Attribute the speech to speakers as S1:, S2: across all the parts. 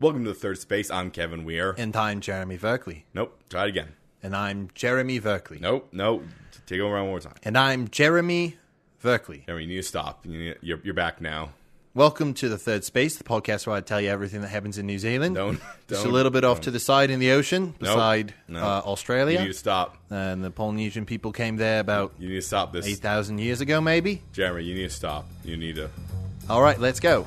S1: Welcome to the third space. I'm Kevin Weir.
S2: And I'm Jeremy Verkley.
S1: Nope. Try it again.
S2: And I'm Jeremy Verkley.
S1: Nope. Nope. Take it around one more time.
S2: And I'm Jeremy Verkley.
S1: Jeremy, you need to stop. You need, you're, you're back now.
S2: Welcome to the Third Space, the podcast where I tell you everything that happens in New Zealand.
S1: Don't-
S2: Just a
S1: don't-
S2: little bit off to the side in the ocean, beside
S1: no.
S2: uh,
S1: You
S2: Australia.
S1: need to stop.
S2: And the Polynesian people came there about
S1: You need to stop this.
S2: 8,000 years ago, maybe?
S1: Jeremy, you need to stop. You need to.
S2: All right, let's go.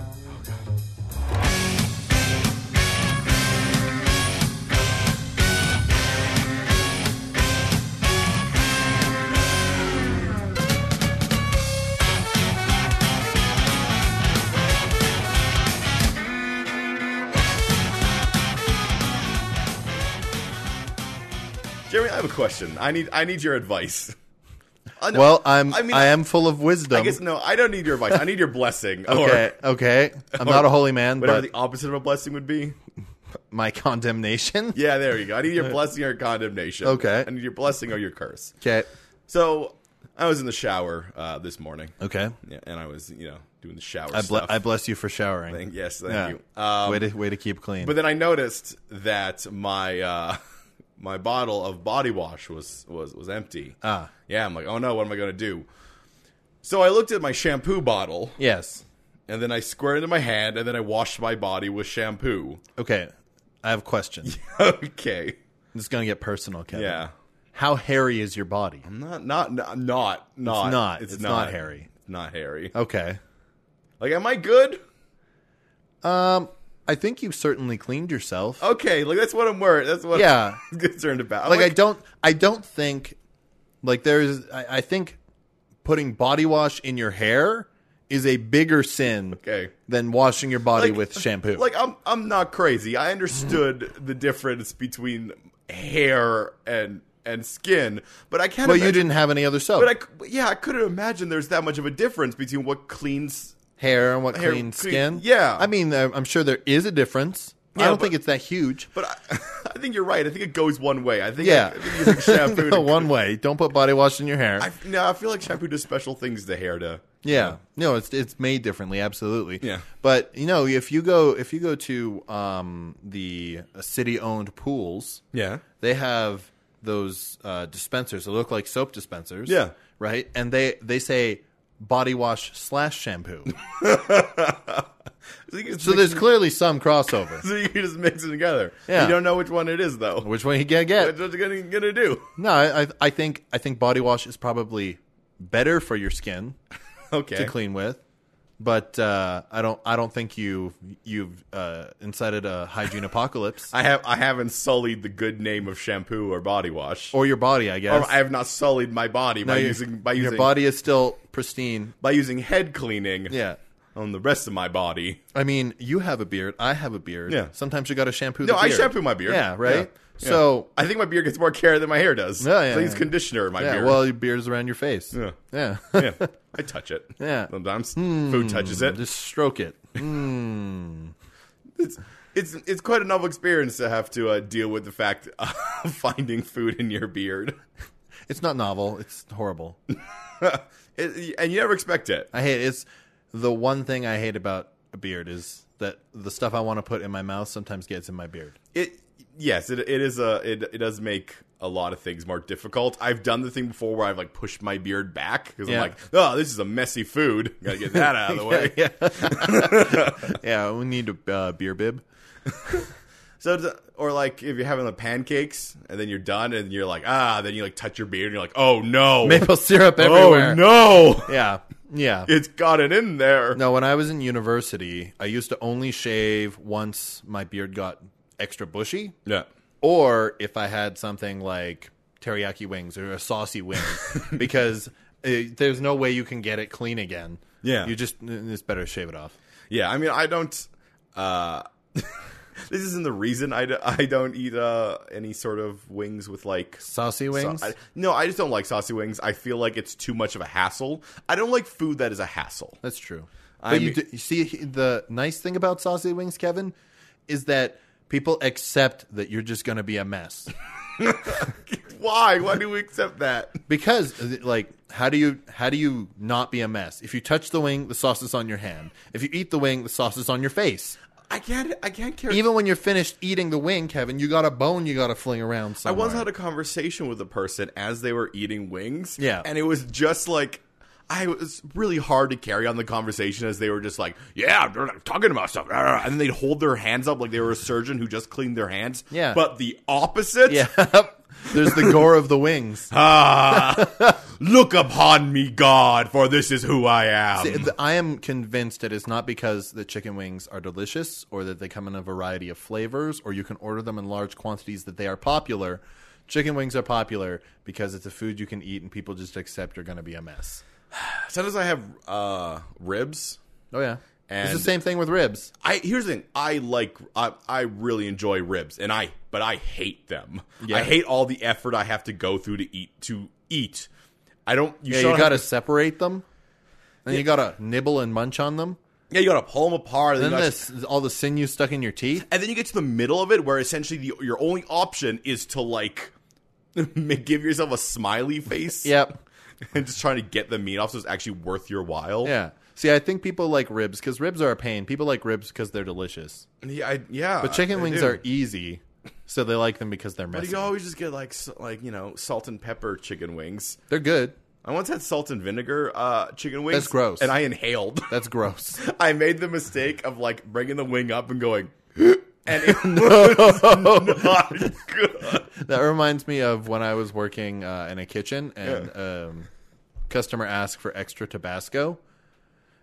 S1: Jeremy, I have a question. I need I need your advice. Uh, no,
S2: Well, I'm, I,
S1: mean,
S2: am full of wisdom.
S1: I guess no. I don't need your advice. I need your blessing.
S2: okay,
S1: Or
S2: okay. I'm not a holy man,
S1: whatever
S2: but
S1: the opposite of a blessing would be.
S2: my condemnation.
S1: Yeah, there you go. I need your blessing or condemnation.
S2: Okay.
S1: I need your blessing or your curse.
S2: Okay.
S1: So I was in the shower uh, this morning.
S2: Okay.
S1: Yeah, and I was, you know, doing the shower
S2: I, ble-
S1: stuff.
S2: I bless you for showering.
S1: Thank- yes, thank
S2: Yeah.
S1: you. Um,
S2: way to way to keep clean.
S1: but then I noticed that my uh, my bottle of body wash was was was empty.
S2: Ah.
S1: yeah. I'm like, oh no, what am I gonna do? So I looked at my shampoo bottle,
S2: yes.
S1: and then I squirted it in my hand, and then I washed my body with shampoo.
S2: Okay. I have a question.
S1: okay,
S2: This is going to get personal, Kevin.
S1: yeah,
S2: How hairy is your body?
S1: not not not not not
S2: not. It's not hairy.
S1: It's not hairy.
S2: Okay.
S1: Like, am I good?
S2: Um, I think you've certainly cleaned yourself.
S1: Okay, like that's what I'm worried. That's what
S2: Yeah.
S1: I'm concerned about. I'm
S2: like I don't, I don't think, like there's, I, I think putting body wash in your hair is a bigger sin
S1: Okay.
S2: than washing your body
S1: Like-
S2: with shampoo.
S1: like I'm I'm not crazy. I understood the difference between hair and and skin, but I can't.
S2: but you
S1: imagine-
S2: didn't have any other soap.
S1: But I, c- but yeah, I couldn't imagine there's that much of a difference between what cleans.
S2: hair and what
S1: Hair,
S2: clean
S1: clean-
S2: skin.
S1: yeah.
S2: I mean, I- I'm sure there is a difference. I
S1: Yeah,
S2: don't
S1: but-
S2: think it's that huge.
S1: But I, I think you're right. I think it goes one way. I think
S2: Yeah.
S1: I, think using shampoo.
S2: No,
S1: to-
S2: one way. Don't put body wash in your hair.
S1: I, no, I feel like shampoo does special things to hair to.
S2: yeah. No, it's it's made differently, absolutely.
S1: Yeah.
S2: But you know, if you go if you go to um, the uh, city owned pools,
S1: Yeah.
S2: they have those uh, dispensers that look like soap dispensers.
S1: Yeah.
S2: Right? And they they say body wash slash shampoo.
S1: So you can just,
S2: so
S1: mix,
S2: there's clearly some crossover.
S1: so you can just mix it together.
S2: Yeah.
S1: You don't know which one it is though.
S2: Which one you gonna get?
S1: What you gonna gonna do?
S2: No, I, I- I think I think body wash is probably better for your skin
S1: Okay.
S2: to clean with, but uh, I don't I don't think you you've uh, incited a hygiene apocalypse
S1: I have I haven't sullied the good name of shampoo or body wash.
S2: or your body. I guess
S1: Or Oh, I have not sullied my body
S2: No,
S1: by
S2: your-
S1: using by
S2: your
S1: using
S2: body is still pristine.
S1: by using head cleaning
S2: Yeah.
S1: on the rest of my body.
S2: I mean, you have a beard. I have a beard.
S1: Yeah.
S2: Sometimes you got to shampoo.
S1: No,
S2: the
S1: I
S2: beard.
S1: shampoo my beard.
S2: Yeah, right.
S1: Yeah.
S2: So
S1: I think my beard gets more care than my hair does.
S2: Yeah, yeah,
S1: so I use
S2: yeah.
S1: conditioner in my
S2: yeah,
S1: beard.
S2: well, your beard is around your face.
S1: Yeah.
S2: yeah.
S1: yeah, I touch it.
S2: Yeah. Hmm.
S1: sometimes food touches it.
S2: Just stroke it.
S1: It's it's it's quite a novel experience to have to uh, deal with the fact of finding food in your beard,
S2: It's not novel. It's horrible.
S1: It- and you never expect it.
S2: I hate it's the one thing I hate about a beard is that the stuff I want to put in my mouth sometimes gets in my beard.
S1: It yes, it it is a it it does make a lot of things more difficult. I've done the thing before where I've like pushed my beard back because I'm
S2: Yeah.
S1: like, oh, this is a messy food. Gotta get that out of the way.
S2: yeah, yeah, we need a uh, beer bib.
S1: So it's, or like if you're having the pancakes and then you're done and you're like ah, then you like touch your beard and you're like oh no,
S2: Maple syrup everywhere.
S1: oh no,
S2: Yeah, yeah.
S1: it's got it in there.
S2: No, when I was in university, I used to only shave once my beard got extra bushy,
S1: Yeah.
S2: or if I had something like teriyaki wings or a saucy wing, because uh there's no way you can get it clean again.
S1: Yeah.
S2: you just it's better to shave it off.
S1: Yeah, I mean, I don't. Uh, this isn't the reason I, d- I don't eat uh, any sort of wings with like.
S2: Saucy wings.
S1: I, no, I just don't like saucy wings. I feel like it's too much of a hassle. I don't like food that is a hassle.
S2: That's true.
S1: I
S2: but you,
S1: mean-
S2: do, you see, he- the nice thing about saucy wings, Kevin, is that people accept that you're just going to be a mess.
S1: Why? Why do we accept that?
S2: Because, uh, like, how do you how do you not be a mess? If you touch the wing, the sauce is on your hand. If you eat the wing, the sauce is on your face.
S1: I can't. I can't care.
S2: Even when you're finished eating the wing, Kevin, you got a bone you got to fling around
S1: I
S2: somewhere.
S1: once had a conversation with a person as they were eating wings.
S2: Yeah.
S1: And it was just like, I it was really hard to carry on the conversation as they were just like, yeah, I'm talking about stuff. And then they'd hold their hands up like they were a surgeon who just cleaned their hands.
S2: Yeah.
S1: But the opposite.
S2: yeah. There's the gore of the wings.
S1: Ah, look upon me, God, for this is who I am.
S2: Th- I am convinced it is not because the chicken wings are delicious or that they come in a variety of flavors or you can order them in large quantities that they are popular. Chicken wings are popular because it's a food you can eat and people just accept you're going to be a mess.
S1: Sometimes I have uh, ribs.
S2: Oh, yeah.
S1: And-
S2: it's the same thing with ribs.
S1: I here's the thing. I like I, I really enjoy ribs, and I but I hate them. I hate all the effort I have to go through to eat to eat. I don't. You
S2: Yeah,
S1: still
S2: you
S1: have
S2: got to separate them. Then you got to nibble and munch on them.
S1: to- Yeah, you got to pull them apart. And then,
S2: Then
S1: you gotta-
S2: this all the sinew stuck in your teeth.
S1: and then you get to the middle of it where essentially the, your only option is to like make- give yourself a smiley face.
S2: Yep.
S1: and just trying to get the meat off so it's actually worth your while.
S2: Yeah. See, I think people like ribs because ribs are a pain. People like ribs because they're delicious.
S1: yeah, I, yeah.
S2: But chicken
S1: I
S2: wings
S1: Uh, do.
S2: are easy, so they like them because they're
S1: But
S2: messy.
S1: you always just get like s- like you know salt and pepper chicken wings.
S2: They're good.
S1: I once had salt and vinegar uh, chicken wings.
S2: That's gross.
S1: And I inhaled.
S2: That's gross.
S1: I made the mistake of like bringing the wing up and going, and it was not good.
S2: that reminds me of when I was working uh, in a kitchen and um, customer asked for extra Tabasco,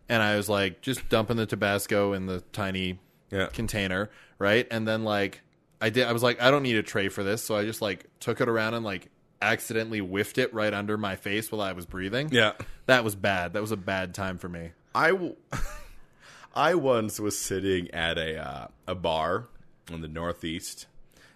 S2: and I was like just dumping the Tabasco in the tiny
S1: Yeah.
S2: container, right? And then like I did, I was like, I don't need a tray for this, so I just like took it around and like accidentally whiffed it right under my face while I was breathing.
S1: Yeah,
S2: That was bad. That was a bad time for me.
S1: I, w- I once was sitting at a uh, a bar in the Northeast,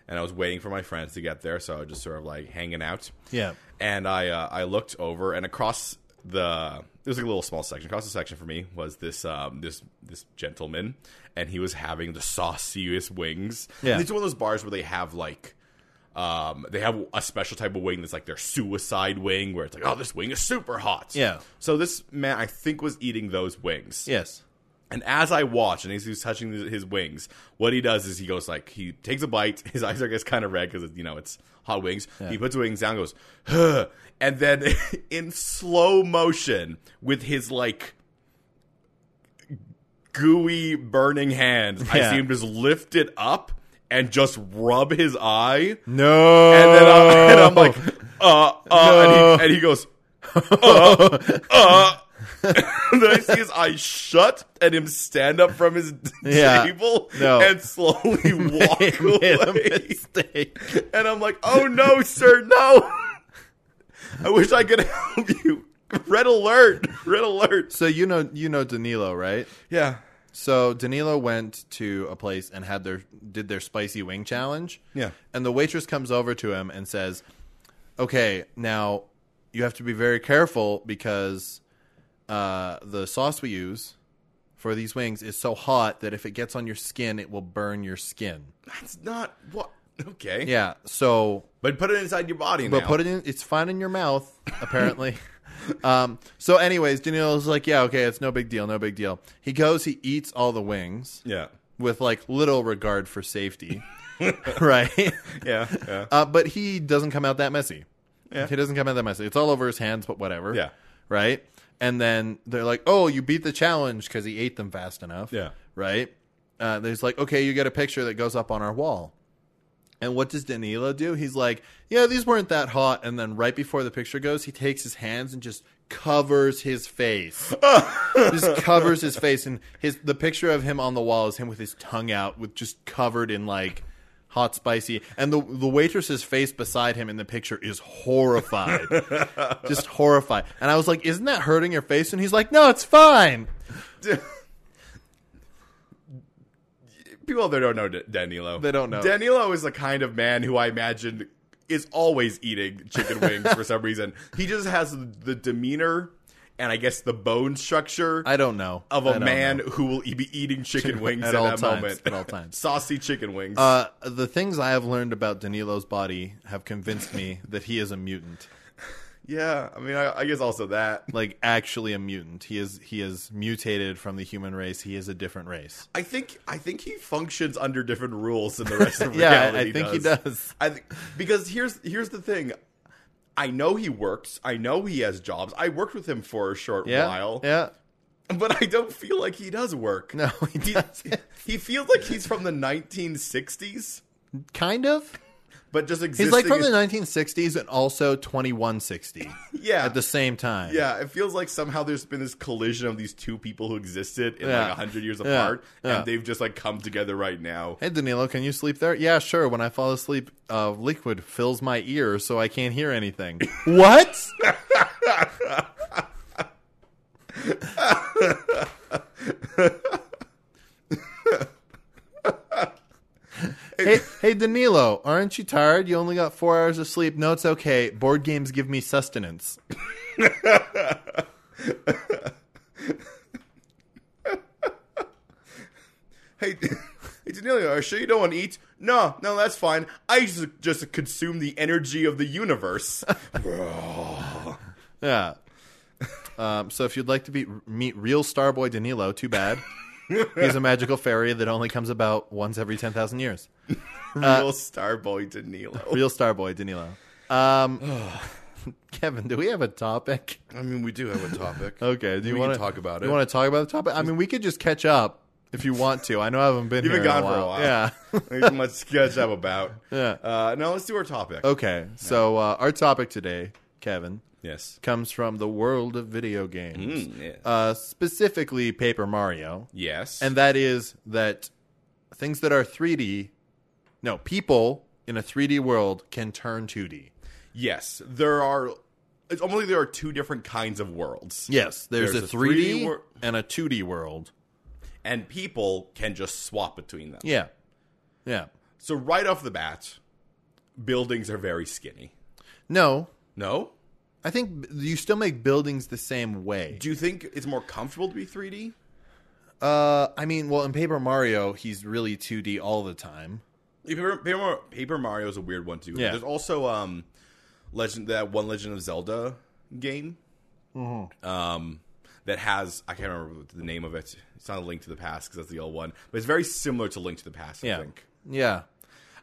S1: and I was waiting for my friends to get there, so I was just sort of like hanging out.
S2: Yeah.
S1: and I uh, I looked over and across the there was like a little small section across the section for me was this um this this gentleman and he was having the sauciest wings.
S2: Yeah.
S1: and it's one of those bars where they have like. Um, they have a special type of wing that's like their suicide wing, where it's like, oh, this wing is super hot.
S2: Yeah.
S1: So this man, I think, was eating those wings.
S2: Yes.
S1: And as I watch, and as he's touching his his wings, what he does is he goes like he takes a bite. His eyes are gets kind of red because you know it's hot wings. He puts the wings down, goes, huh, and then in slow motion with his like gooey burning hands, I
S2: Yeah.
S1: see him just lift it up and just rub his eye,
S2: No.
S1: and then I'm, and I'm
S2: Oh.
S1: like, uh, uh, and, he, and he goes, uh, And then I see his eyes shut and him stand up from his
S2: Yeah.
S1: table
S2: No.
S1: and slowly walk
S2: made a
S1: away. And I'm like, oh no, sir, no. I wish I could help you. Red alert. Red alert.
S2: so you know you know Danilo, right?
S1: Yeah.
S2: So Danilo went to a place and had their did their spicy wing challenge.
S1: Yeah.
S2: And the waitress comes over to him and says, "Okay, now you have to be very careful because uh, the sauce we use for these wings is so hot that if it gets on your skin, it will burn your skin."
S1: That's not what. Okay.
S2: Yeah. So
S1: But put it inside your body
S2: But
S1: now.
S2: put it in. It's fine in your mouth, apparently. um. So, anyways, Danilo's like, yeah, okay, it's no big deal, no big deal. He goes, he eats all the wings
S1: yeah.
S2: with like little regard for safety, right?
S1: Yeah. Yeah.
S2: Uh, but he doesn't come out that messy.
S1: Yeah.
S2: He doesn't come out that messy. It's all over his hands, but whatever.
S1: Yeah.
S2: Right. And then they're like, oh, you beat the challenge because he ate them fast enough.
S1: Yeah.
S2: Right. Uh, there's like, okay, you get a picture that goes up on our wall. And what does Danilo do? He's like, yeah, these weren't that hot. And then right before the picture goes, he takes his hands and just covers his face. just covers his face. And his the picture of him on the wall is him with his tongue out, with just covered in like hot spicy. And the the waitress's face beside him in the picture is horrified, just horrified. And I was like, isn't that hurting your face? And he's like, no, it's fine.
S1: People out there don't know D- Danilo.
S2: They don't know.
S1: Danilo is the kind of man who I imagine is always eating chicken wings for some reason. He just has the demeanor and I guess the bone structure
S2: I don't know
S1: of
S2: I
S1: a
S2: don't
S1: man
S2: know.
S1: who will e- be eating chicken wings
S2: At
S1: at,
S2: all
S1: that
S2: times,
S1: moment.
S2: at all times.
S1: Saucy chicken wings.
S2: Uh, the things I have learned about Danilo's body have convinced me that he is a mutant.
S1: Yeah, I mean, I, I guess also that.
S2: Like actually a mutant. He is he is mutated from the human race. He is a different race.
S1: I think I think he functions under different rules than the rest of
S2: Yeah, I
S1: reality.
S2: think
S1: does.
S2: he does.
S1: I think because here's here's the thing. I know he works. I know he has jobs. I worked with him for a short
S2: Yeah.
S1: while,
S2: Yeah.
S1: but I don't feel like he does work.
S2: No, he doesn't.
S1: He feels like he's from the 1960s,
S2: Kind of.
S1: but just existing.
S2: He's like from
S1: as-
S2: the 1960s and also 2160
S1: yeah
S2: at the same time.
S1: Yeah, it feels like somehow there's been this collision of these two people who existed in
S2: Yeah.
S1: like hundred years
S2: Yeah.
S1: apart,
S2: Yeah.
S1: and they've just like come together right now.
S2: Hey Danilo, can you sleep there? Yeah, sure. When I fall asleep, uh, liquid fills my ear, so I can't hear anything. what? hey, hey Danilo, aren't you tired? You only got four hours of sleep. No, it's okay. Board games give me sustenance.
S1: Hey, hey, Danilo, are you sure you don't want to eat? No, no, that's fine. I just just consume the energy of the universe. Uh,
S2: Yeah. Um, so if you'd like to be, meet real Starboy Danilo, too bad. He's a magical fairy that only comes about once every 10,000 years.
S1: Real Starboy Danilo.
S2: Real Starboy Danilo. Um, Kevin, do we have a topic?
S1: I mean, we do have a topic.
S2: Okay. Do you
S1: We
S2: want
S1: can talk about
S2: You
S1: it.
S2: want to talk about the topic? I mean, we could just catch up if you want to. I know I haven't been
S1: You've
S2: here
S1: been
S2: in
S1: gone for a while.
S2: Yeah.
S1: There's much to catch up about.
S2: Yeah.
S1: Uh, now let's do our topic.
S2: okay. So uh, our topic today, Kevin,
S1: Yes.
S2: comes from the world of video games,
S1: Mm, yeah.
S2: uh, specifically Paper Mario.
S1: yes.
S2: and that is that things that are 3D, no, people in a 3D world can turn 2D.
S1: yes, there are. It's almost like there are two different kinds of worlds.
S2: Yes, there's,
S1: There's
S2: a,
S1: a
S2: 3D,
S1: 3D wor-
S2: and a 2D world.
S1: and people can just swap between them.
S2: Yeah. Yeah.
S1: So right off the bat, buildings are very skinny.
S2: No,
S1: No?
S2: I think b- you still make buildings the same way.
S1: Do you think it's more comfortable to be 3D?
S2: Uh, I mean, well, in Paper Mario, he's really 2D all the time.
S1: Paper, Paper, Paper Mario is a weird one too.
S2: Yeah.
S1: There's also um, Legend that one Legend of Zelda game,
S2: Mm-hmm.
S1: um, that has I can't remember the name of it. It's not a Link to the Past because that's the old one, but it's very similar to Link to the Past. I
S2: Yeah.
S1: think.
S2: Yeah.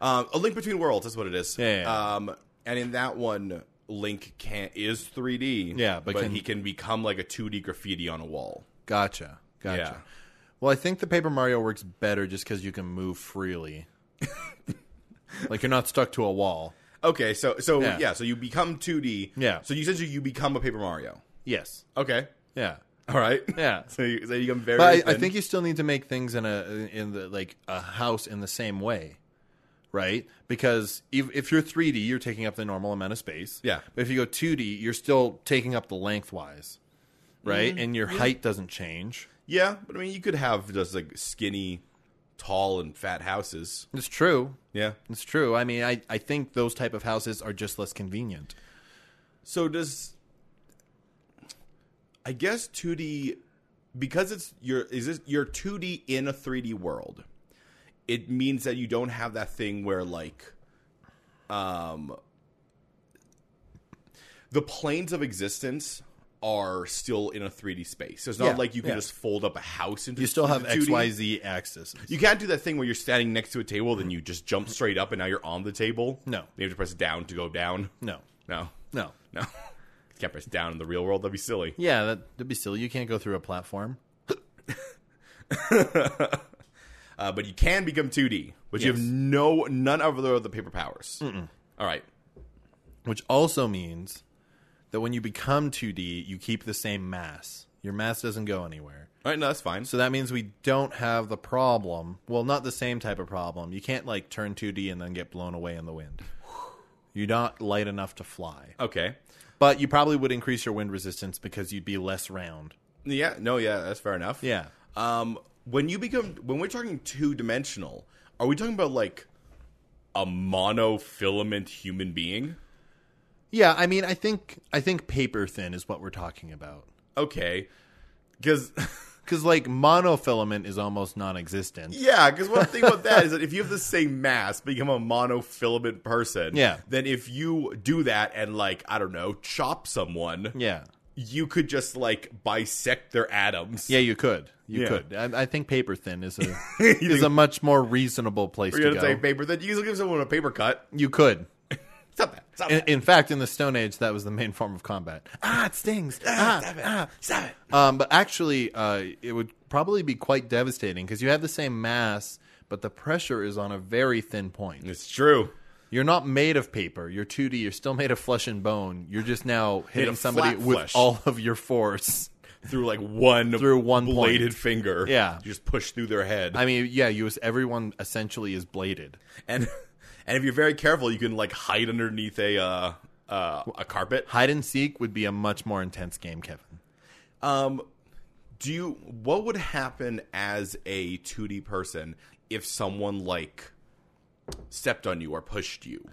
S1: Um, a Link Between Worlds. That's what it is.
S2: Yeah, yeah, yeah.
S1: Um, and in that one, Link can is 3D.
S2: Yeah, but
S1: but
S2: can-
S1: he can become like a 2D graffiti on a wall.
S2: Gotcha. Gotcha.
S1: Yeah.
S2: Well, I think the Paper Mario works better just because you can move freely. like you're not stuck to a wall.
S1: Okay, so so
S2: Yeah.
S1: yeah, so you become 2D.
S2: Yeah.
S1: So you essentially you become a Paper Mario.
S2: Yes.
S1: Okay.
S2: Yeah.
S1: All right.
S2: Yeah.
S1: so you, so you become very.
S2: But I, I
S1: thin.
S2: think you still need to make things in a in the like a house in the same way, right? Because if, if you're 3D, you're taking up the normal amount of space.
S1: Yeah.
S2: But if you go 2D, you're still taking up the lengthwise, right? And your height doesn't change.
S1: yeah, but I mean you could have just like skinny, tall and fat houses.
S2: It's true.
S1: Yeah.
S2: It's true. I mean, I, I think those type of houses are just less convenient.
S1: So does I guess 2D because it's your is this you're 2D in a 3D world. It means that you don't have that thing where like um the planes of existence are still in a 3D space. So it's not
S2: Yeah,
S1: like you can
S2: yeah.
S1: just fold up a house into
S2: You still have
S1: into 2D.
S2: XYZ axis.
S1: You can't do that thing where you're standing next to a table then you just jump straight up and now you're on the table.
S2: No.
S1: You have to press down to go down.
S2: No.
S1: No.
S2: No.
S1: No. Can't press down in the real world. That'd be silly.
S2: Yeah, that, that'd be silly. You can't go through a platform.
S1: Uh, but you can become 2D, but you have
S2: Yes.
S1: no none of the, the paper powers. All right.
S2: which also means that when you become 2D, you keep the same mass. Your mass doesn't go anywhere.
S1: All right. No, that's fine.
S2: So that means we don't have the problem. Well, not the same type of problem. You can't like turn 2D and then get blown away in the wind. You're not light enough to fly.
S1: Okay.
S2: But you probably would increase your wind resistance because you'd be less round.
S1: Yeah. No. Yeah. That's fair enough.
S2: Yeah.
S1: Um. When you become when we're talking two dimensional, are we talking about like a monofilament human being?
S2: Yeah, I mean, I think I think paper thin is what we're talking about.
S1: Okay. Because
S2: because like monofilament is almost non-existent.
S1: Yeah, because one thing about that is that if you have the same mass, but you become a monofilament person,
S2: Yeah.
S1: then if you do that and like, I don't know, chop someone,
S2: Yeah,
S1: you could just like bisect their atoms.
S2: yeah, you could, you
S1: Yeah.
S2: could. I, I think paper thin is a
S1: You
S2: is a
S1: think
S2: much more reasonable place
S1: we're
S2: to
S1: gonna
S2: go.
S1: take paper, then you can give someone a paper cut.
S2: you could.
S1: Stop that. Stop
S2: In,
S1: that.
S2: in fact, in the Stone Age, that was the main form of combat. Ah, it stings. Ah,
S1: Stop it.
S2: ah.
S1: Stop it.
S2: Um, but actually, uh, it would probably be quite devastating because you have the same mass, but the pressure is on a very thin point.
S1: It's true.
S2: You're not made of paper. You're 2D. You're still made of flesh and bone. You're just now hitting
S1: of
S2: somebody
S1: flat
S2: with
S1: flesh.
S2: all of your force.
S1: Through like one
S2: Through one
S1: bladed
S2: point.
S1: finger.
S2: Yeah.
S1: You just push through their head.
S2: I mean, yeah, you everyone essentially is bladed.
S1: and and if you're very careful, you can like hide underneath a uh, uh, a carpet.
S2: Hide and seek would be a much more intense game, Kevin.
S1: Um, do you what would happen as a 2D person if someone like stepped on you or pushed you?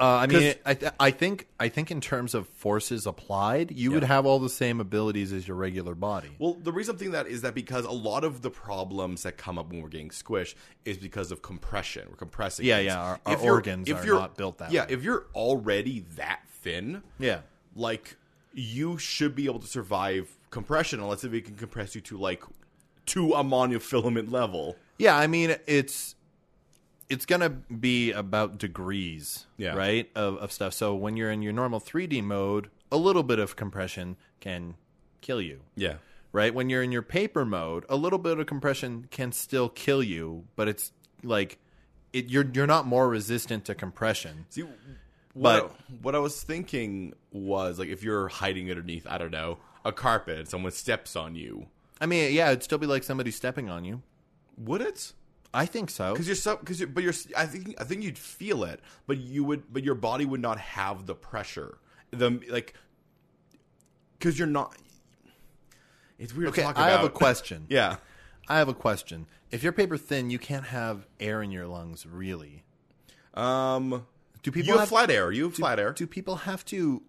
S2: Uh, I mean,
S1: 'Cause-
S2: I, th- I think I think in terms of forces applied, you would have all the same abilities as your regular body.
S1: Well, the reason I'm thinking that is that because a lot of the problems that come up when we're getting squished is because of compression. We're compressing.
S2: Yeah,
S1: things.
S2: yeah, our- our
S1: you're-
S2: organs are
S1: you're-
S2: not built that
S1: Yeah,
S2: way.
S1: if you're already that thin,
S2: yeah,
S1: like you should be able to survive compression unless if it can compress you to like to a monofilament level.
S2: yeah. I mean, it's it's gonna be about degrees,
S1: Yeah.
S2: right? Of, of stuff. So when you're in your normal 3D mode, a little bit of compression can kill you,
S1: Yeah.
S2: right? When you're in your paper mode, a little bit of compression can still kill you, but it's like it, you're you're not more resistant to compression.
S1: See, what,
S2: But-
S1: I- what I was thinking was like if you're hiding underneath, I don't know, a carpet and someone steps on you,
S2: I mean, yeah, it'd still be like somebody stepping on you.
S1: would it?
S2: I think so.
S1: Because you're so, because you're, but you're, I think, I think you'd feel it, but you would, but your body would not have the pressure, the like, because you're not. It's weird.
S2: Okay,
S1: to talk
S2: I have a
S1: about.
S2: question.
S1: Yeah,
S2: I have a question. If you're paper thin, you can't have air in your lungs, really.
S1: um,
S2: Do people
S1: you have
S2: have-
S1: flat air. You have flat air.
S2: Do people have to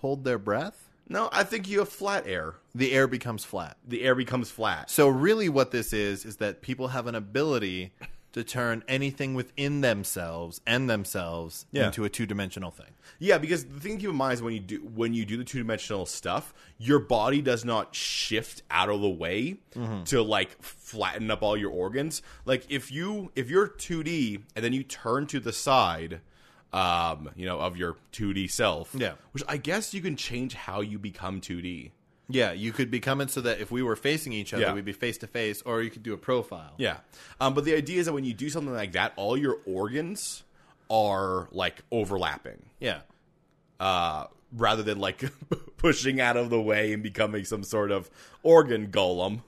S2: hold their breath?
S1: No, I think you have flat air.
S2: The air becomes flat.
S1: The air becomes flat.
S2: So really what this is is that people have an ability to turn anything within themselves and themselves
S1: Yeah.
S2: into a two-dimensional thing.
S1: Yeah, because the thing to keep in mind is when you do when you do the two dimensional stuff, your body does not shift out of the way to like flatten up all your organs. Like if you if you're two D and then you turn to the side, um, you know, of your two D self.
S2: Yeah.
S1: Which I guess you can change how you become two D.
S2: Yeah, you could become it so that if we were facing each other,
S1: Yeah.
S2: we'd be face to face or you could do a profile.
S1: Yeah. Um, but the idea is that when you do something like that, all your organs are like overlapping.
S2: Yeah.
S1: uh, rather than like pushing out of the way and becoming some sort of organ golem.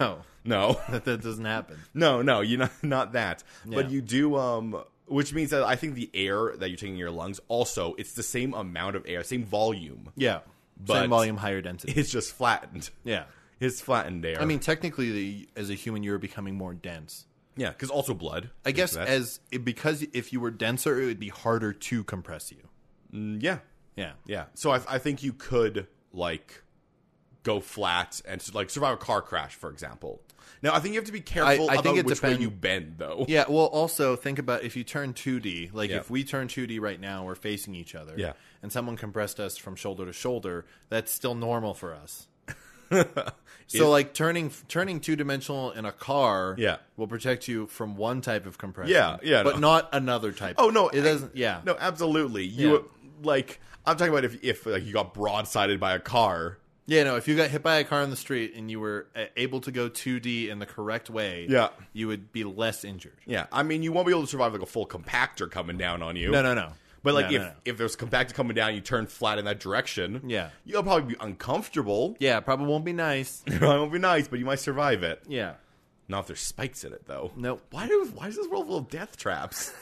S2: No.
S1: No,
S2: That that doesn't happen.
S1: no, no, you not not that.
S2: Yeah.
S1: But you do, um, which means that I think the air that you're taking in your lungs also it's the same amount of air, same volume.
S2: Yeah.
S1: But-
S2: Same volume, higher density.
S1: It's just flattened.
S2: Yeah.
S1: It's flattened air.
S2: I mean, technically, the, as a human, you're becoming more dense.
S1: yeah, because also blood.
S2: I guess
S1: That's-
S2: as it, because if you were denser, it would be harder to compress you.
S1: Mm, yeah,
S2: Yeah,
S1: yeah. So I, I think you could like go flat and like survive a car crash, for example. Now I think you have to be careful
S2: I think
S1: about
S2: it
S1: which way
S2: depend-
S1: you bend, though.
S2: yeah. Well, also think about if you turn 2D. Like
S1: Yeah.
S2: if we turn 2D right now, we're facing each other.
S1: Yeah.
S2: and someone compressed us from shoulder to shoulder. That's still normal for us. so like turning turning two dimensional in a car,
S1: Yeah.
S2: will protect you from one type of compression.
S1: Yeah, yeah,
S2: but
S1: no.
S2: not another type.
S1: Oh no,
S2: it doesn't. Yeah,
S1: no, absolutely. You
S2: Yeah.
S1: like I'm talking about if if like you got broadsided by a car.
S2: Yeah, no. If you got hit by a car on the street and you were uh, able to go 2D in the correct way,
S1: Yeah.
S2: you would be less injured.
S1: Yeah, I mean you won't be able to survive like a full compactor coming down on you.
S2: No, no, no.
S1: But like
S2: No,
S1: if
S2: no, no.
S1: if there's a compactor coming down, you turn flat in that direction.
S2: Yeah.
S1: you'll probably be uncomfortable.
S2: yeah, probably won't be nice.
S1: it won't be nice, but you might survive it.
S2: Yeah,
S1: Not if there's spikes in it though.
S2: Nope.
S1: Why do why is this world full of death traps?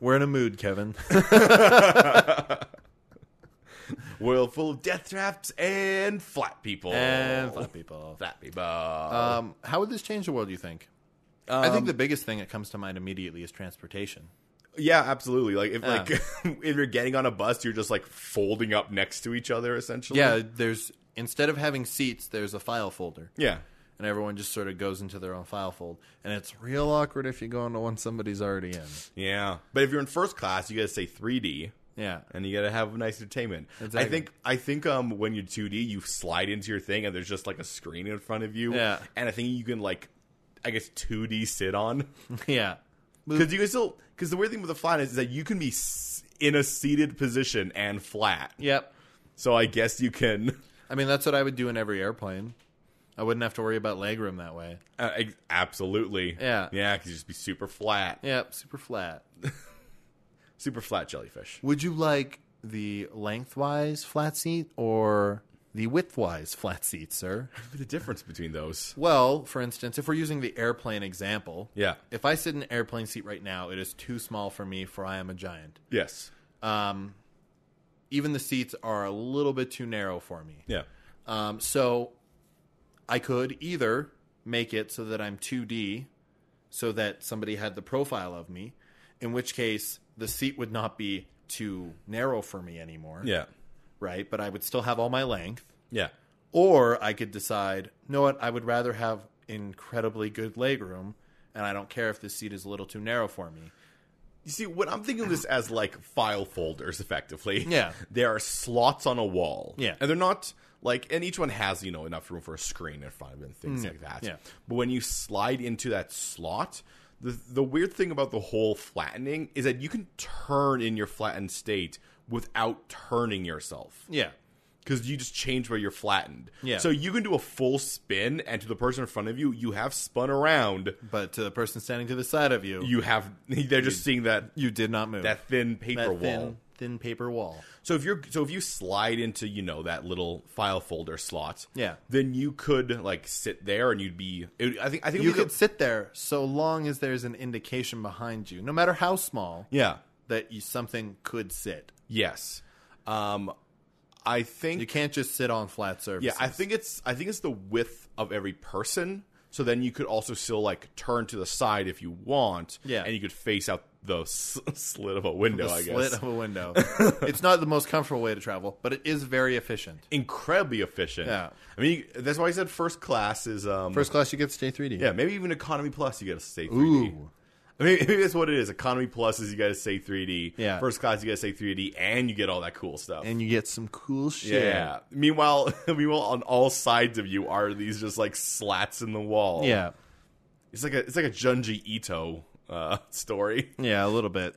S2: we're in a mood, Kevin.
S1: world full of death traps and flat people.
S2: and flat people.
S1: Flat people.
S2: Um, how would this change the world? You think? I think the biggest thing that comes to mind immediately is transportation.
S1: Yeah, absolutely. Like if like if you're getting on a bus, you're just like folding up next to each other essentially.
S2: Yeah, there's instead of having seats, there's a file folder.
S1: Yeah.
S2: And everyone just sort of goes into their own file fold. And it's real awkward if you go into one somebody's already in.
S1: Yeah. But if you're in first class, you got to say 3D.
S2: Yeah.
S1: and you gotta have nice entertainment. I
S2: Exactly.
S1: think I think um when you're 2D, you slide into your thing and there's just like a screen in front of you.
S2: Yeah.
S1: and I think you can like, I guess 2D sit on
S2: Yeah.
S1: because you can still because the weird thing with the flat is, is that you can be s- in a seated position and flat.
S2: Yep.
S1: So I guess you can
S2: I mean, that's what I would do in every airplane. I wouldn't have to worry about legroom that way.
S1: uh, ex- absolutely.
S2: Yeah.
S1: yeah, 'cause you just be super flat,
S2: Yep, super flat.
S1: super flat jellyfish.
S2: Would you like the lengthwise flat seat or the widthwise flat seat, sir?
S1: What's the difference between those?
S2: Well, for instance, if we're using the airplane example,
S1: Yeah.
S2: if I sit in an airplane seat right now, it is too small for me, for I am a giant.
S1: Yes.
S2: Um, even the seats are a little bit too narrow for me.
S1: Yeah.
S2: Um, so I could either make it so that I'm 2D, so that somebody had the profile of me, in which case the seat would not be too narrow for me anymore,
S1: Yeah.
S2: right? But I would still have all my length.
S1: Yeah.
S2: Or I could decide, you know what, I would rather have incredibly good legroom, and I don't care if this seat is a little too narrow for me.
S1: You see, what I'm thinking of this as like file folders, effectively.
S2: Yeah.
S1: They are slots on a wall.
S2: Yeah.
S1: And they're not like, and each one has, you know, enough room for a screen in front of it and things like that.
S2: Yeah.
S1: But when you slide into that slot, the, the weird thing about the whole flattening is that you can turn in your flattened state without turning yourself
S2: Yeah.
S1: because you just change where you're flattened.
S2: Yeah.
S1: So you can do a full spin, and to the person in front of you, you have spun around.
S2: But to the person standing to the side of you, you,
S1: You have, they're just seeing that,
S2: did not move.
S1: that thin paper
S2: That thin,
S1: wall.
S2: thin paper wall.
S1: So if you're so if you slide into you know that little file folder slot,
S2: Yeah.
S1: then you could like sit there and you'd be. It, I think I think
S2: You
S1: it'd be
S2: could sit there so long as there's an indication behind you, no matter how small,
S1: the- yeah,
S2: that you, something could sit.
S1: yes. Um, I think
S2: You can't just sit on flat surfaces.
S1: yeah, I think it's I think it's the width of every person. So then you could also still like turn to the side if you want,
S2: Yeah.
S1: and you could face out the s- slit of a window.
S2: the
S1: I
S2: slit
S1: guess
S2: of a window. it's not the most comfortable way to travel, but it is very efficient.
S1: incredibly efficient.
S2: Yeah.
S1: I mean you- that's why I said first class is um
S2: First class, you get to stay 3D.
S1: yeah maybe even economy plus you got to stay 3D.
S2: Ooh.
S1: I mean, maybe that's what it is. Economy Plus is you got to say 3D.
S2: Yeah.
S1: First class, you got to say 3D, and you get all that cool stuff.
S2: And you get some cool
S1: yeah.
S2: shit.
S1: Meanwhile, meanwhile, on all sides of you are these just like slats in the wall.
S2: Yeah.
S1: It's like a it's like a Junji Ito uh, story.
S2: Yeah, a little bit.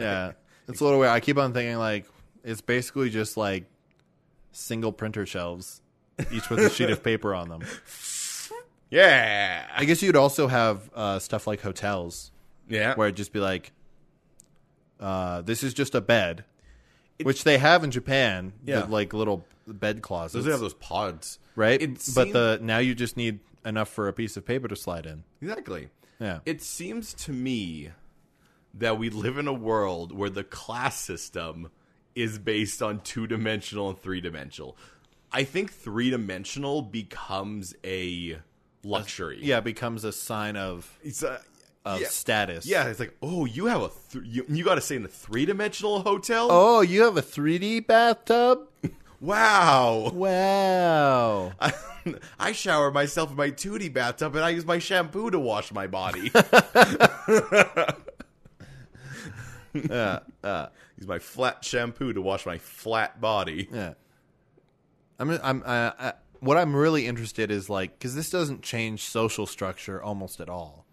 S2: yeah. It's a little weird. I keep on thinking, like, it's basically just like single printer shelves, each with a sheet of paper on them.
S1: Yeah.
S2: I guess you'd also have uh, stuff like hotels
S1: Yeah.
S2: where it'd just be like, uh, this is just a bed, which they have in Japan.
S1: Yeah.
S2: The, like little bed closets.
S1: Those have those pods,
S2: right?
S1: It
S2: But
S1: seems-
S2: the now you just need enough for a piece of paper to slide in.
S1: exactly.
S2: Yeah.
S1: It seems to me that we live in a world where the class system is based on two dimensional and three dimensional. I think three dimensional becomes a luxury.
S2: yeah, it becomes a sign of,
S1: It's a,
S2: of
S1: yeah.
S2: status.
S1: Yeah, it's like, oh, you have a th- you, you got to stay in a three dimensional hotel.
S2: Oh, you have a 3D bathtub?
S1: Wow,
S2: Wow.
S1: I, shower myself in my 2D bathtub, and I use my shampoo to wash my body. Uh, use my flat shampoo to wash my flat body.
S2: Yeah. I'm I'm I, I, what I'm really interested is like cuz this doesn't change social structure almost at all.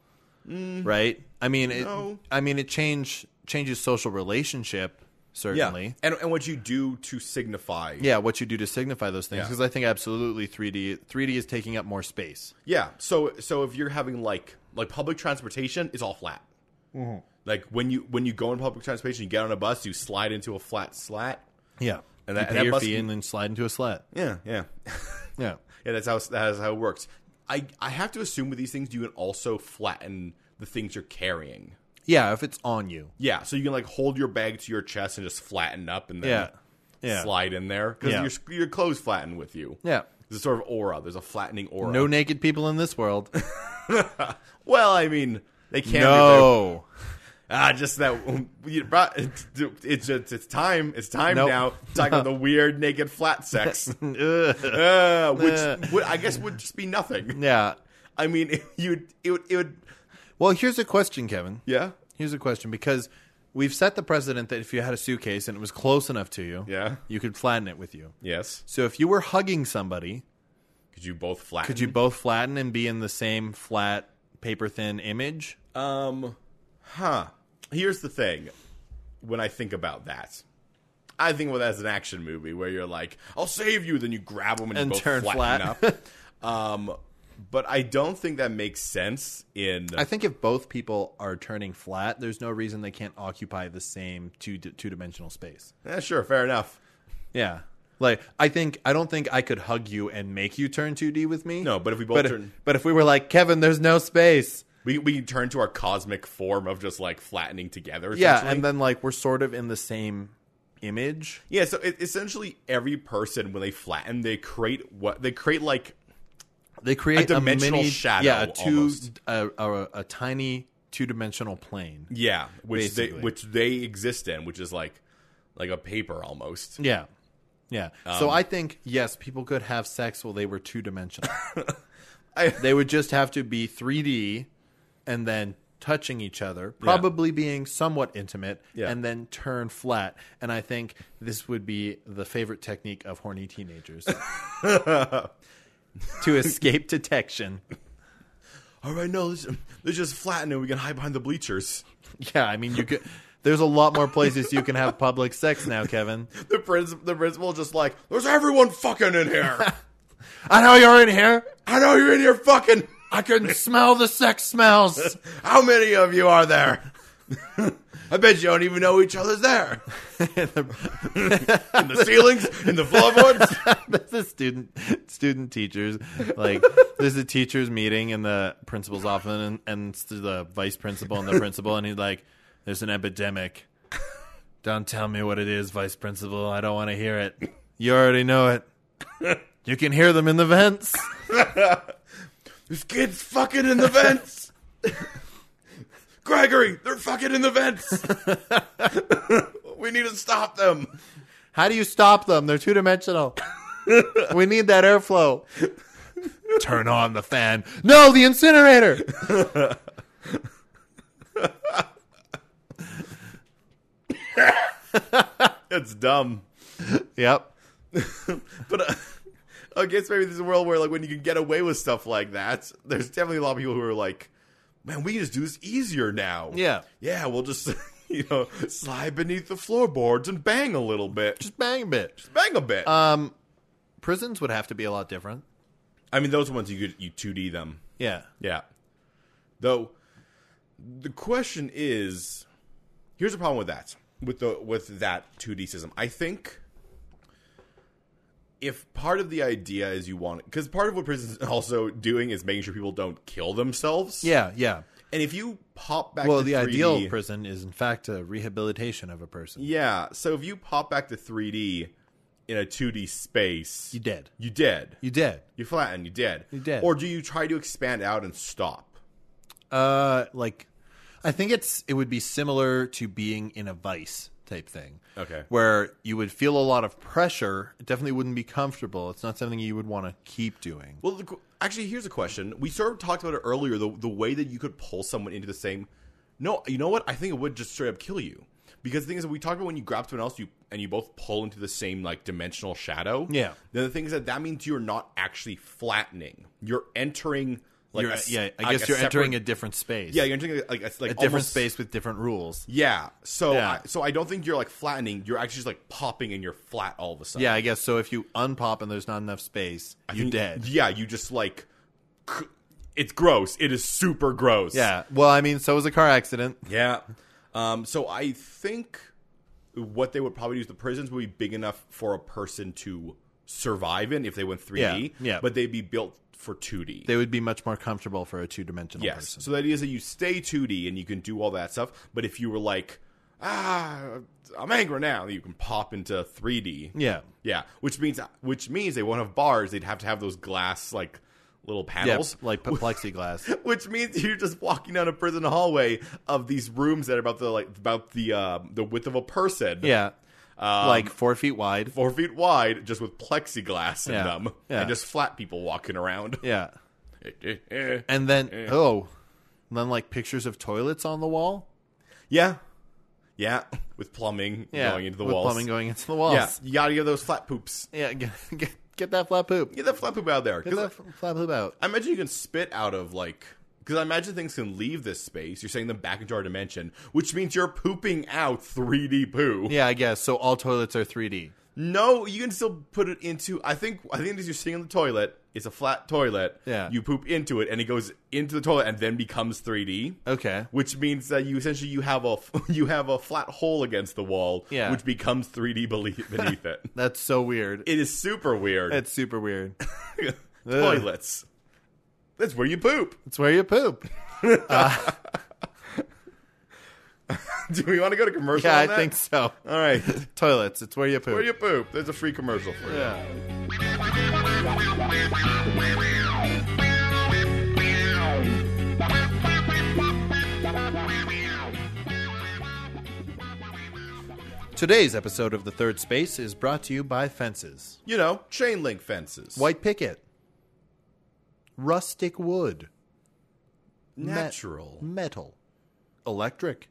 S2: Right? I mean, it,
S1: No.
S2: I mean it change changes social relationship certainly.
S1: and and what you do to signify.
S2: Yeah. what you do to signify those things
S1: Yeah.
S2: cuz I think absolutely 3D 3D is taking up more space.
S1: Yeah. So so if you're having like like public transportation, it's all flat. Like when you when you go in public transportation, you get on a bus, you slide into a flat slat.
S2: Yeah.
S1: And
S2: And
S1: that- and
S2: that, you pay
S1: that
S2: your
S1: must
S2: fee
S1: be-
S2: and then slide into a slat.
S1: Yeah, yeah,
S2: Yeah.
S1: yeah. That's how that's how it works. I I have to assume with these things, you can also flatten the things you're carrying.
S2: Yeah, if it's on you.
S1: Yeah, so you can like hold your bag to your chest and just flatten up and then
S2: Yeah. Yeah.
S1: slide in there because
S2: Yeah.
S1: your your clothes flatten with you.
S2: Yeah.
S1: There's a sort of aura. There's a flattening aura.
S2: No naked people in this world.
S1: well, I mean they can't. be there.
S2: no.
S1: Ah, just that you brought, it's, it's just it's time. It's time
S2: Nope.
S1: now. Talking about the weird naked flat sex,
S2: Ugh.
S1: uh,
S2: Uh.
S1: which would, I guess would just be nothing.
S2: yeah.
S1: I mean, it, you'd it would, it would
S2: Well, here's a question, Kevin.
S1: yeah
S2: Here's a question because we've set the precedent that if you had a suitcase and it was close enough to you,
S1: yeah
S2: you could flatten it with you.
S1: yes.
S2: So if you were hugging somebody,
S1: Could you both flatten?
S2: could you both flatten and be in the same flat paper thin image?
S1: Um, huh. Here's the thing. When I think about that, I think about that as an action movie where you're like, "I'll save you," then you grab them and, you
S2: And
S1: both
S2: turn
S1: flatten up. um, but I don't think that makes sense in.
S2: I think if both people are turning flat, there's no reason they can't occupy the same two two dimensional space.
S1: Eh, sure, fair enough.
S2: Yeah. Like I think I don't think I could hug you and make you turn 2D with me.
S1: No, but if we both
S2: but
S1: turn,
S2: but if we were like Kevin, there's no space.
S1: we we can turn to our cosmic form of just like flattening together.
S2: Yeah,
S1: essentially.
S2: and then like we're sort of in the same image.
S1: Yeah, so it, essentially every person when they flatten, they create what they create like
S2: They create a,
S1: dimensional
S2: mini-
S1: shadow,
S2: Yeah, a two
S1: almost.
S2: a, a, a tiny two dimensional plane.
S1: yeah, which
S2: Basically.
S1: they which they exist in, which is like like a paper almost.
S2: Yeah. Yeah.
S1: Um,
S2: so I think yes, people could have sex while they were two dimensional.
S1: I-
S2: they would just have to be 3D and then touching each other, probably being somewhat intimate,
S1: Yeah.
S2: and then turn flat. And I think this would be the favorite technique of horny teenagers to escape detection.
S1: All right, no, let's, let's just flatten it. We can hide behind the bleachers.
S2: Yeah, I mean you could. There's a lot more places you can have public sex now, Kevin.
S1: The principal, the principal, just like there's everyone fucking in here.
S2: I know you're in here.
S1: I know you're in here fucking.
S2: I can smell the sex smells.
S1: How many of you are there? I bet you don't even know each other's there. in the ceilings, in the floorboards.
S2: That's the student student teachers. Like there's a teachers meeting in the principal's office, and, and it's the vice principal and the principal, and he's like, "There's an epidemic. Don't tell me what it is, vice principal. I don't want to hear it. You already know it. You can hear them in the vents."
S1: There's kids fucking in the vents. Gregory, they're fucking in the vents. we need to stop them.
S2: How do you stop them? They're two dimensional. we need that airflow. Turn on the fan. No, the incinerator.
S1: It's dumb.
S2: Yep.
S1: But uh, I guess maybe this is a world where, like, when you can get away with stuff like that, there's definitely a lot of people who are like, man, we can just do this easier now.
S2: Yeah.
S1: Yeah, we'll just, you know, slide beneath the floorboards and bang a little bit. Just
S2: Just bang a bit.
S1: bang a bit.
S2: Um, prisons would have to be a lot different.
S1: I mean, those ones you could, you 2D them.
S2: Yeah.
S1: Yeah. Though the question is here's the problem with that. With the with that 2D system. I think if part of the idea is you want because part of what prison's also doing is making sure people don't kill themselves.
S2: Yeah. Yeah.
S1: And if you pop back
S2: Well,
S1: to
S2: the
S1: 3D,
S2: ideal prison is, in fact, a rehabilitation of a person.
S1: Yeah. So if you pop back to 3D in a 2D space,
S2: You dead.
S1: you dead.
S2: You dead.
S1: You flatten, you dead.
S2: You dead.
S1: Or do you try to expand out and stop?
S2: Uh, like, I think it's it would be similar to being in a vice type thing.
S1: Okay.
S2: Where you would feel a lot of pressure. It definitely wouldn't be comfortable. It's not something you would want to keep doing.
S1: Well, the, qu- actually, here's a question. We sort of talked about it earlier. The the way that you could pull someone into the same. No, you know what? I think it would just straight up kill you. Because the thing is, we talked about when you grab someone else, you and you both pull into the same like dimensional shadow.
S2: Yeah.
S1: Then the thing is that that means you're not actually flattening. You're entering like
S2: You're-
S1: a s-
S2: yeah, I
S1: like
S2: guess
S1: a
S2: you're entering a
S1: separate-
S2: different space.
S1: yeah, you're entering a, like a, like
S2: a different
S1: almost-
S2: space with different rules.
S1: Yeah. So
S2: Yeah.
S1: I, so I don't think you're like flattening. You're actually just like popping, and you're flat all of a sudden.
S2: Yeah, I guess so. If you unpop and there's not enough space, you're
S1: You-
S2: dead.
S1: Yeah, you just like. c- It's gross. It is super gross.
S2: Yeah. Well, I mean, so was a car accident.
S1: Yeah. Um, so I think what they would probably use the prisons would be big enough for a person to survive in if they went 3D.
S2: Yeah, yeah.
S1: But they'd be built for 2D.
S2: They would be much more comfortable for a two-dimensional
S1: yes.
S2: person.
S1: So the idea is that you stay 2D and you can do all that stuff. But if you were like, ah, I'm angry now, you can pop into 3D.
S2: Yeah.
S1: Yeah, which means which means they won't have bars. They'd have to have those glass like little
S2: Yeah,
S1: panels.
S2: like p- plexiglass.
S1: Which means you're just walking down a prison hallway of these rooms that are about the like about the um, the width of a person.
S2: yeah,
S1: Um,
S2: like four feet wide.
S1: four feet wide, just with plexiglass in
S2: Yeah.
S1: them,
S2: Yeah.
S1: and just flat people walking around.
S2: Yeah,
S1: yeah,
S2: and then
S1: Eh.
S2: oh, and then like pictures of toilets on the wall.
S1: yeah, with plumbing going into the
S2: with
S1: walls.
S2: plumbing going into the walls.
S1: yeah, you gotta get those flat poops.
S2: Yeah, get, get, get that flat poop.
S1: Get that flat poop out there.
S2: Get
S1: 'cause
S2: that f- flat poop out.
S1: I imagine you can spit out of like because I imagine things can leave this space. You're sending them back into our dimension, which means you're pooping out 3D poo.
S2: Yeah, I guess. So all toilets are 3D.
S1: No, you can still put it into. I think I think as you're sitting in the toilet, it's a flat toilet.
S2: Yeah.
S1: you poop into it, and it goes into the toilet, and then becomes 3D.
S2: Okay.
S1: Which means that you essentially you have a you have a flat hole against the wall,
S2: Yeah.
S1: which becomes 3D beneath, beneath it.
S2: That's so weird.
S1: It is super weird.
S2: That's super weird.
S1: Toilets. That's where you poop.
S2: It's where you poop.
S1: Do we want to go to commercial?
S2: Yeah,
S1: on
S2: I
S1: that?
S2: think so.
S1: All right.
S2: Toilets. It's where you poop.
S1: Where you poop? There's a free commercial for you.
S2: yeah. Today's episode of The Third Space is brought to you by Fences.
S1: You know, chain link fences.
S2: White picket. Rustic wood. Met-
S1: natural?
S2: metal. Electric.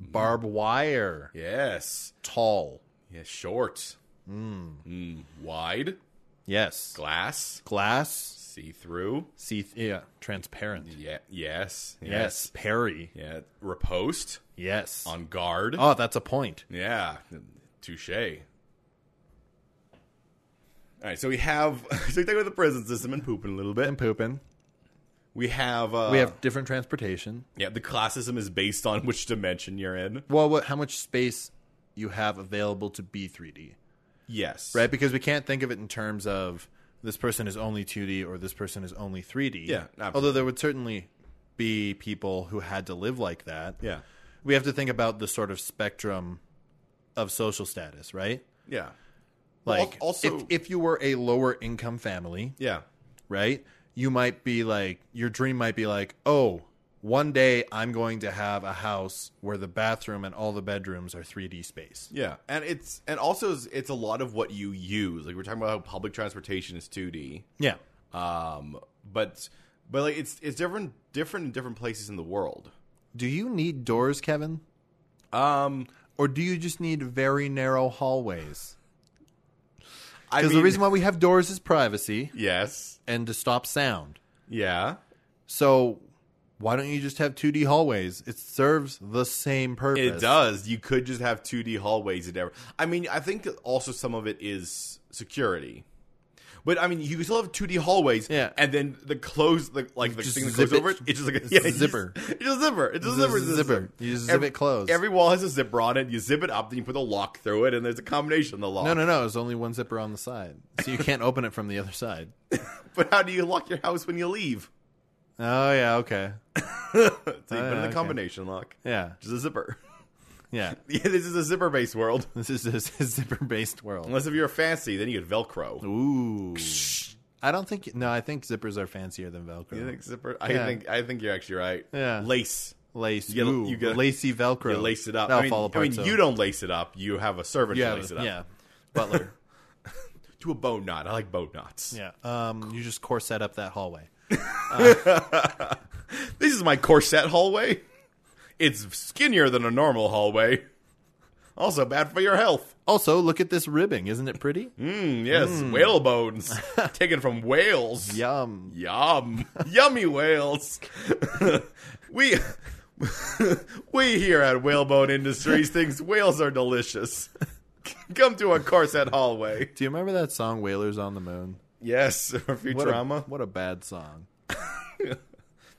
S2: Barbed wire.
S1: yes.
S2: Tall.
S1: Yes. Short. Mm. Wide.
S2: Yes.
S1: Glass.
S2: Glass.
S1: See through.
S2: See. yeah. Transparent.
S1: Yeah. Yes.
S2: Yes. Parry.
S1: Yeah. Repost.
S2: Yes.
S1: On guard.
S2: Oh, that's a point.
S1: Yeah, touche. All right, so we have so we talk about the prison system and pooping a little bit.
S2: And pooping.
S1: We have uh,
S2: We have different transportation.
S1: yeah. The class system is based on which dimension you're in.
S2: Well, what, how much space you have available to be 3D,
S1: Yes,
S2: right? Because we can't think of it in terms of this person is only 2D or this person is only 3D.
S1: Yeah, absolutely.
S2: Although there would certainly be people who had to live like that.
S1: Yeah,
S2: We have to think about the sort of spectrum of social status, right?
S1: yeah, Well,
S2: Like,
S1: al- also-
S2: if, if you were a lower income family,
S1: yeah,
S2: right? You might be like, your dream might be like, oh, one day I'm going to have a house where the bathroom and all the bedrooms are 3D space.
S1: yeah. And it's and also it's- it's a lot of what you use. Like we're talking about how public transportation is 2D.
S2: Yeah.
S1: Um, but but like it's it's different different in different places in the world.
S2: Do you need doors, Kevin?
S1: Um,
S2: Or do you just need very narrow hallways?
S1: I
S2: Because
S1: mean-
S2: the reason why we have doors is privacy
S1: yes,
S2: and to stop sound.
S1: yeah.
S2: So why don't you just have 2D hallways? It serves the same purpose.
S1: It does. You could just have 2D hallways and everything. I mean, I think also some of it is security. But I mean, you can still have 2D hallways,
S2: Yeah.
S1: and then the close, the like the
S2: Just
S1: thing that
S2: zip
S1: goes
S2: it.
S1: over it, it's just like a,
S2: It's
S1: yeah,
S2: a
S1: you just-
S2: zipper.
S1: It's just a zipper. It's a
S2: It's a
S1: zipper. It's a
S2: zipper.
S1: zipper.
S2: You just zip it closed.
S1: Every wall has a zipper on it. You zip it up, then you put a lock through it, and there's a combination of the lock.
S2: No, no, no. There's only one zipper on the side. So you can't open it from the other side.
S1: But how do you lock your house when you leave?
S2: Oh, yeah. Okay.
S1: So you put
S2: yeah,
S1: in the
S2: Ah, okay.
S1: combination lock.
S2: Yeah.
S1: Just a zipper.
S2: Yeah.
S1: yeah, this is a zipper-based world.
S2: This is a, zipper-based world.
S1: Unless if you're fancy, then you get Velcro.
S2: Ooh. I don't think. No, I think zippers are fancier than Velcro.
S1: You think zipper? I
S2: Yeah.
S1: think I think you're actually right.
S2: Yeah.
S1: Lace.
S2: Lace.
S1: You get-
S2: ooh,
S1: you get-
S2: lacy Velcro.
S1: You lace it up.
S2: That'll
S1: I mean,
S2: fall
S1: I
S2: apart.
S1: mean
S2: so.
S1: you don't lace it up. You have a servant
S2: Yeah.
S1: to lace it up.
S2: Yeah. Butler.
S1: To a bow knot. I like bow knots.
S2: yeah. Um, you just corset up that hallway.
S1: This is my corset hallway. It's skinnier than a normal hallway. Also bad for your health.
S2: Also, look at this ribbing. Isn't it pretty?
S1: Mm, yes, whale bones taken from whales.
S2: Yum.
S1: Yum. Yummy whales. we we here at Whalebone Industries thinks whales are delicious. Come to a corset hallway.
S2: Do you remember that song "Whalers on the Moon"?
S1: Yes, or
S2: What
S1: Futurama,
S2: A, what a bad song.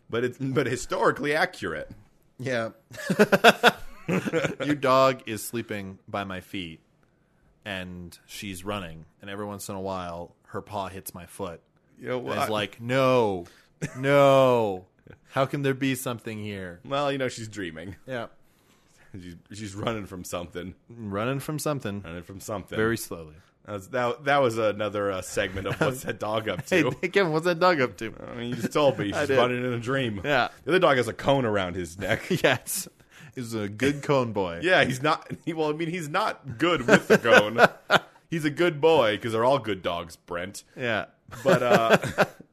S1: but it's but historically accurate.
S2: Yeah. Your dog is sleeping by my feet and she's running. And every once in a while, her paw hits my foot.
S1: You know,
S2: And
S1: I-
S2: it's like, no, no. How can there be something here?
S1: well, you know, she's dreaming.
S2: Yeah.
S1: She's, she's running from something.
S2: running from something
S1: Running from something.
S2: very slowly.
S1: that, was, that, that was another uh, segment of What's That Dog Up To?
S2: Hey, Kevin, what's that dog up to?
S1: I mean, you just told me.
S2: I
S1: She's
S2: did.
S1: running in a dream.
S2: Yeah.
S1: The other dog has a cone around his neck.
S2: yes, he's a good cone boy.
S1: Yeah, he's not. He, well, I mean, he's not good with the cone. he's a good boy because they're all good dogs, Brent.
S2: Yeah.
S1: But uh,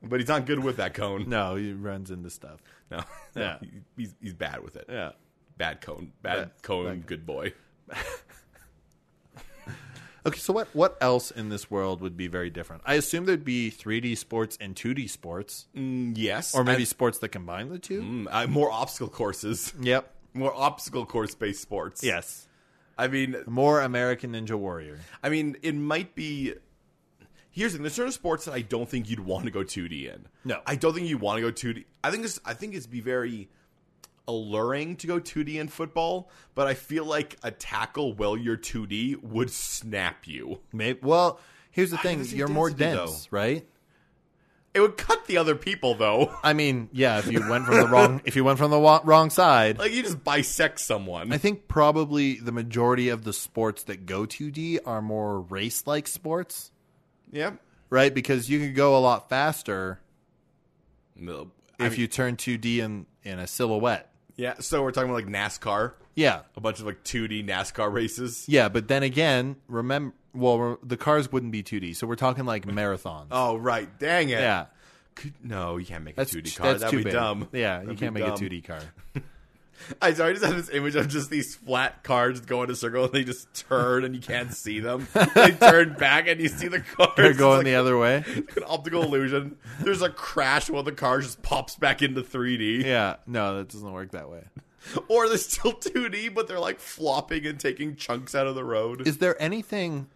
S1: but he's not good with that cone.
S2: No, he runs into stuff.
S1: No,
S2: Yeah.
S1: He- he's he's bad with it.
S2: Yeah.
S1: Bad cone, bad
S2: Bad-
S1: cone,
S2: bad-
S1: good boy.
S2: Okay, so what what else in this world would be very different? I assume there'd be 3D sports and 2D sports,
S1: Mm, yes,
S2: or maybe sports that combine the two.
S1: And, mm, uh, more obstacle courses,
S2: Yep.
S1: more obstacle course based sports.
S2: Yes.
S1: I mean,
S2: More American Ninja Warrior.
S1: I mean, it might be. Here's the thing: there's certain sports that I don't think you'd want to go 2D in.
S2: No.
S1: I don't think you want to go 2D. I think this, I think it'd be very alluring to go 2D in football, but I feel like a tackle while you're 2D would snap you.
S2: Maybe. Well, here's the thing:
S1: does he
S2: you're more
S1: density,
S2: dense, right?
S1: It would cut the other people though.
S2: I mean, yeah. If you went from the wrong, if you went from the wa- wrong side,
S1: Like you just bisect someone.
S2: I think probably the majority of the sports that go 2D are more race-like sports,
S1: yeah.
S2: right? Because you can go a lot faster
S1: No. I
S2: if
S1: mean,
S2: you turn 2D in in a silhouette.
S1: yeah, so we're talking about like NASCAR,
S2: Yeah.
S1: a bunch of like 2D NASCAR races.
S2: Yeah, but then again, remember, well, re- the cars wouldn't be 2D, so we're talking like marathons.
S1: Oh right, dang it.
S2: yeah,
S1: Could, no, you can't make
S2: that's
S1: a 2D
S2: t-
S1: car.
S2: that's
S1: That'd
S2: too
S1: be
S2: big.
S1: dumb.
S2: Yeah, you
S1: That'd
S2: can't
S1: be
S2: make a
S1: dumb.
S2: 2D car.
S1: I sorry, I just have this image of just these flat cars go in a circle and they just turn and you can't see them. they turn back and you see the cars.
S2: They're going
S1: it's
S2: the other way.
S1: like an optical illusion. There's a crash while the car just pops back into 3D.
S2: Yeah, no, that doesn't work that way.
S1: Or they're still 2D, but they're like flopping and taking chunks out of the road.
S2: Is there anything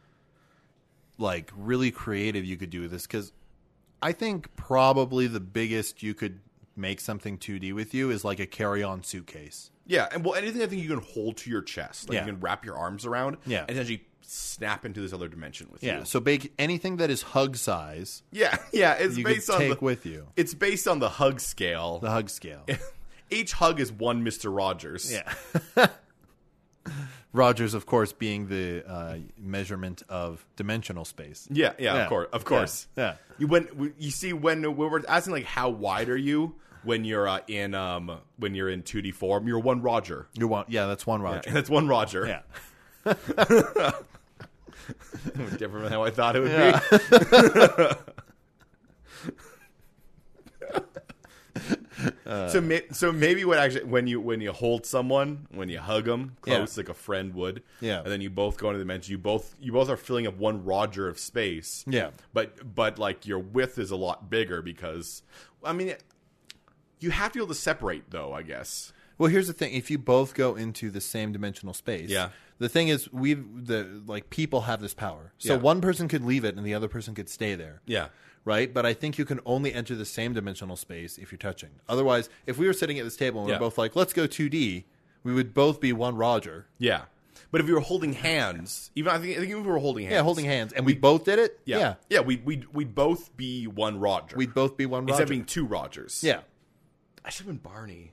S2: like really creative you could do with this? Because I think probably the biggest you could make something 2D with you is like a carry-on suitcase.
S1: Yeah, and well, anything I think you can hold to your chest, like
S2: Yeah.
S1: you can wrap your arms around,
S2: Yeah.
S1: and essentially snap into this other dimension with you.
S2: So bake anything that is hug size,
S1: Yeah, yeah. It's
S2: you could
S1: based on
S2: take
S1: the,
S2: with you.
S1: it's based on the hug scale.
S2: The hug scale.
S1: Each hug is one Mister Rogers.
S2: Yeah. Rogers, of course, being the uh, measurement of dimensional space.
S1: Yeah, yeah,
S2: Yeah.
S1: of course, of course.
S2: Yeah.
S1: You when you see when when we're asking like how wide are you when you're uh, in um when you're in 2D form, you're one Roger.
S2: You want, yeah, that's one Roger.
S1: And that's one Roger.
S2: Yeah.
S1: Different than how I thought it would be. so may, so maybe what actually when you when you hold someone when you hug them
S2: Yeah.
S1: close like a friend would
S2: Yeah.
S1: and then you both go into the dimension you both you both are filling up one Roger of space
S2: Yeah.
S1: but but like your width is a lot bigger because I mean you have to be able to separate though I guess
S2: Well, here's the thing: if you both go into the same dimensional space,
S1: Yeah.
S2: The thing is, we the like people have this power, so
S1: Yeah.
S2: one person could leave it and the other person could stay there.
S1: yeah
S2: Right, but I think you can only enter the same dimensional space if you're touching. Otherwise, if we were sitting at this table and we
S1: Yeah.
S2: we're both like, "Let's go 2D," we would both be one Roger.
S1: yeah but if you were holding hands even I think I think even if we were holding hands
S2: Yeah, holding hands, and we, both did it.
S1: Yeah. Yeah, we we we'd both be one Roger.
S2: We'd both be one
S1: except
S2: Roger.
S1: being two Rogers.
S2: yeah.
S1: I should have been Barney.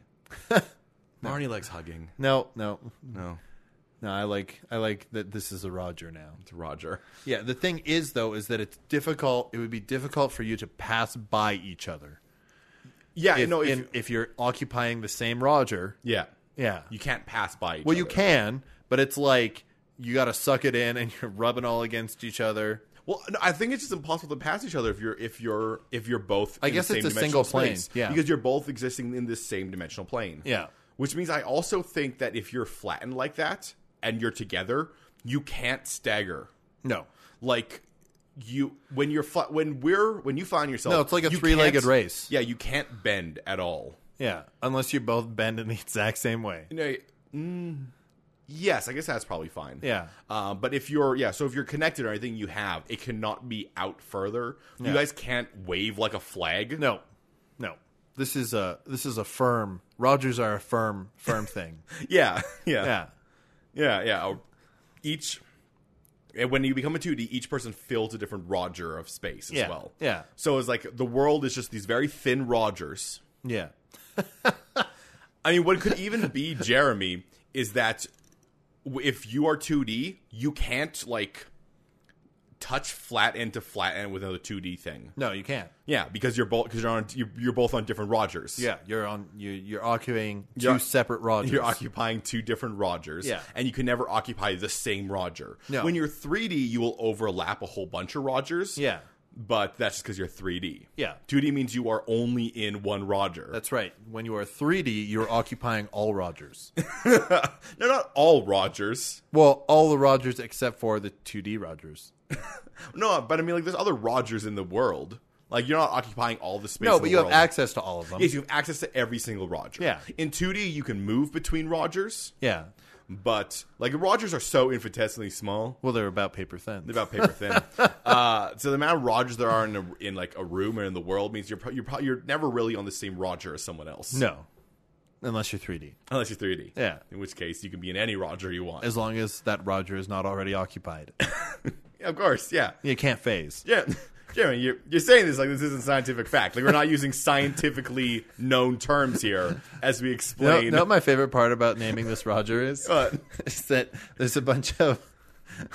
S1: Barney likes hugging.
S2: No, no.
S1: No.
S2: No, I like I like that this is a Roger now.
S1: It's Roger.
S2: Yeah, the thing is though is that it's difficult it would be difficult for you to pass by each other.
S1: Yeah,
S2: If,
S1: no, if,
S2: in- if you're occupying the same Roger.
S1: yeah.
S2: Yeah.
S1: You can't pass by each
S2: well, you
S1: other.
S2: can, but it's like you got to suck it in and you're rubbing all against each other.
S1: Well, no, I think it's just impossible to pass each other if you're if you're if you're both
S2: I
S1: in
S2: guess
S1: the
S2: it's
S1: same
S2: a single
S1: dimensional space.
S2: plane, yeah.
S1: Because you're both existing in this same dimensional plane.
S2: Yeah.
S1: Which means I also think that if you're flattened like that and you're together, you can't stagger.
S2: No.
S1: like you when you're fla- when we're when you find yourself
S2: No, it's like a
S1: you
S2: three-legged
S1: can't-
S2: race.
S1: yeah you can't bend at all
S2: Yeah, unless you both bend in the exact same way.
S1: you know mm, yes i guess that's probably fine
S2: Yeah.
S1: uh, but if you're yeah so if you're connected or anything you have it cannot be out further
S2: Yeah.
S1: you guys can't wave like a flag
S2: No. No. This is a this is a firm. Rogers are a firm firm thing.
S1: yeah yeah yeah
S2: yeah.
S1: yeah, Oh, each and when you become a 2d each person fills a different roger of space as
S2: Yeah.
S1: well
S2: Yeah.
S1: so it's like the world is just these very thin rogers
S2: Yeah.
S1: I mean, what could even be Jeremy is that w- if you are 2D, you can't like touch flat end to flat end with another 2D thing.
S2: No, you can't.
S1: Yeah, because you're both because you're on you're, you're both on different Rogers.
S2: Yeah, you're on. You, you're occupying 2
S1: You're-
S2: separate Rogers.
S1: You're occupying two different Rogers,
S2: Yeah.
S1: and you can never occupy the same Roger.
S2: No.
S1: When you're 3D, you will overlap a whole bunch of Rogers.
S2: yeah,
S1: but that's just because you're 3D.
S2: Yeah.
S1: 2D means you are only in one Roger.
S2: that's right. When you are 3D, you're occupying all Rogers.
S1: They're not all Rogers.
S2: Well, all the Rogers except for the 2D Rogers.
S1: No, but I mean, like, there's other Rogers in the world. Like, you're not occupying all the space.
S2: No,
S1: in
S2: but
S1: the
S2: you have
S1: world.
S2: access to all of them.
S1: Yes, you have access to every single Roger.
S2: Yeah.
S1: In 2D, you can move between Rogers,
S2: Yeah.
S1: but like Rogers are so infinitesimally small.
S2: Well, they're about paper thin.
S1: They're about paper thin. uh, so the amount of Rogers there are in a, in like a room or in the world means you're pro- you're pro- you're never really on the same Roger as someone else.
S2: no, unless you're 3D.
S1: unless you're 3D.
S2: Yeah.
S1: in which case you can be in any Roger you want.
S2: As long as that Roger is not already occupied,
S1: Yeah, of course, yeah,
S2: you can't phase.
S1: yeah. Jeremy, you're, you're saying this like this isn't scientific fact. Like we're not using scientifically known terms here as we
S2: No,
S1: explain. Uh,
S2: no, my favorite part about naming this Roger is
S1: What?
S2: is that there's a bunch of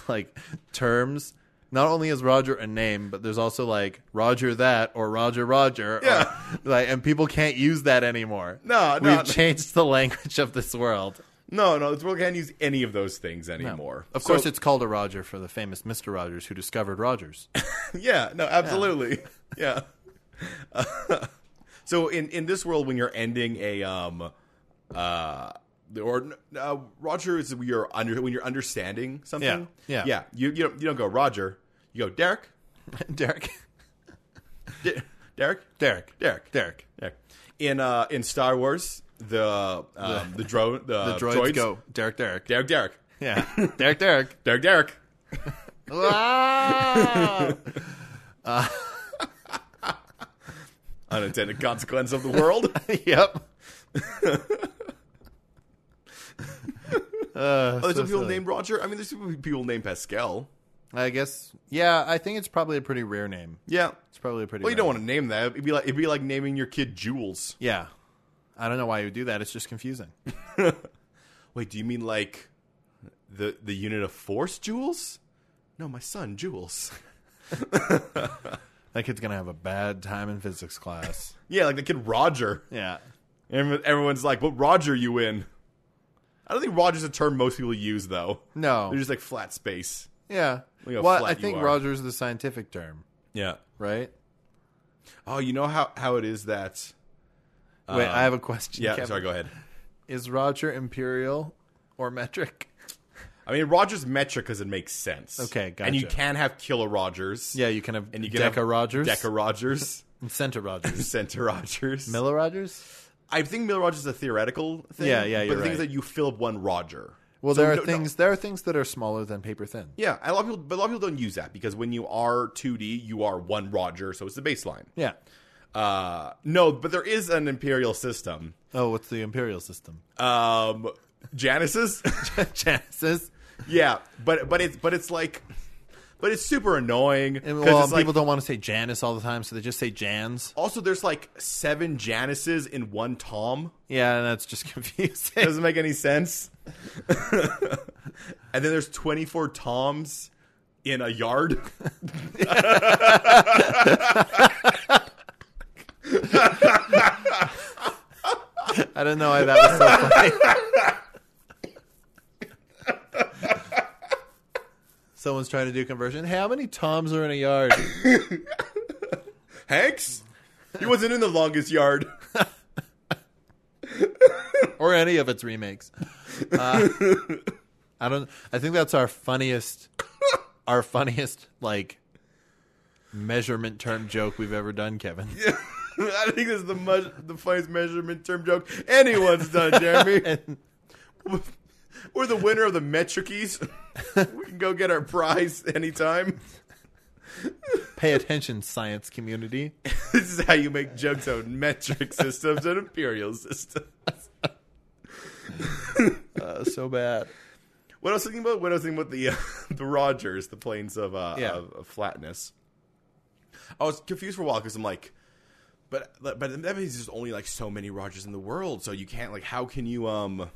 S2: like terms. Not only is Roger a name, but there's also like Roger that or Roger Roger. or-
S1: Yeah.
S2: like, and people can't use that anymore.
S1: No,
S2: we've
S1: no.
S2: changed the language of this world.
S1: no, no, this world can't use any of those things anymore.
S2: Of
S1: So-
S2: course, it's called a Roger for the famous Mister Rogers who discovered Rogers.
S1: Yeah, no, absolutely. Yeah. so in in this world, when you're ending a um uh or uh, Roger is when you're under when you're understanding something.
S2: Yeah, yeah.
S1: yeah. You you don't you don't go Roger. You go Derek.
S2: Derek,
S1: De- Derek.
S2: Derek,
S1: Derek.
S2: Derek.
S1: Derek. In uh in Star Wars, the um, the drone the,
S2: The droids, go. Derek, Derek.
S1: Derek. Derek.
S2: Yeah, Derek, Derek.
S1: Derek. Derek.
S2: Wow.
S1: Unintended consequence of the world.
S2: yep. uh,
S1: Oh, there's
S2: so
S1: some people
S2: silly.
S1: named Roger. I mean, there's people named Pascal.
S2: I guess. Yeah, I think it's probably a pretty rare name.
S1: Yeah.
S2: It's probably a pretty.
S1: Well,
S2: rare
S1: you don't want to name that. It'd be like it'd be like naming your kid Jules.
S2: Name. Yeah, I don't know why you would do that. It's just confusing.
S1: Wait, do you mean like the the unit of force Jules? No, my son Jules.
S2: that kid's gonna have a bad time in physics class.
S1: Yeah, like the kid Roger.
S2: yeah.
S1: Everyone- Everyone's like, "What Roger you in?" I don't think Roger's a term most people use though.
S2: No.
S1: They're just like flat space.
S2: yeah.
S1: Look how
S2: Well,
S1: flat
S2: I
S1: you
S2: think
S1: are.
S2: Roger's the scientific term,
S1: Yeah.
S2: right?
S1: Oh, you know how how it is that.
S2: Wait,
S1: Um,
S2: I have a question.
S1: Yeah.
S2: Kevin.
S1: Sorry. Go ahead.
S2: Is Roger imperial or metric?
S1: I mean, Roger's metric because it makes sense.
S2: Okay,
S1: And you
S2: gotcha.
S1: can have killer Rogers.
S2: Yeah, you can have
S1: And you can
S2: Deca
S1: have
S2: Rogers,
S1: Deca Rogers.
S2: and Center Rogers,
S1: Center Rogers.
S2: Miller Rogers.
S1: I think Miller Rogers is a theoretical thing.
S2: Yeah, yeah,
S1: But
S2: you're
S1: the thing is
S2: right.
S1: that you fill up one Roger.
S2: Well,
S1: So
S2: there are
S1: no- no-
S2: things. There are things that are smaller than paper thin.
S1: yeah, a lot of people, but a lot of people don't use that because when you are 2D, you are one Roger, so it's the baseline.
S2: Yeah.
S1: Uh, no, but there is an imperial system.
S2: Oh, what's the imperial system?
S1: Um, Janus's,
S2: Genesis.
S1: yeah, but but it's but it's like, but it's super annoying
S2: And,
S1: 'cause
S2: well,
S1: it's
S2: people
S1: like,
S2: don't want to say Janus all the time, so they just say Jans.
S1: also there's like seven Januses in one Tom.
S2: Yeah, and that's just confusing.
S1: Doesn't make any sense. and then there's 24 toms in a yard.
S2: I don't know why that was so funny. Someone's trying to do conversion. Hey, how many toms are in a yard?
S1: Hanks? He wasn't in the longest yard.
S2: or any of its remakes. Uh, I don't. I think that's our funniest, our funniest like measurement term joke we've ever done, Kevin.
S1: I think this is the much, the funniest measurement term joke anyone's done, Jeremy.
S2: And
S1: We're the winner of the Metricies. we can go get our prize anytime.
S2: pay attention, science community.
S1: this is how you make jokes on metric systems and imperial systems.
S2: Uh, so bad.
S1: What I was thinking about, what I was thinking about the uh, the Rogers, the planes of uh,
S2: Yeah.
S1: of, of flatness. I was confused for a while because I'm like, but but that means there's only like so many Rogers in the world, so you can't like how can you um,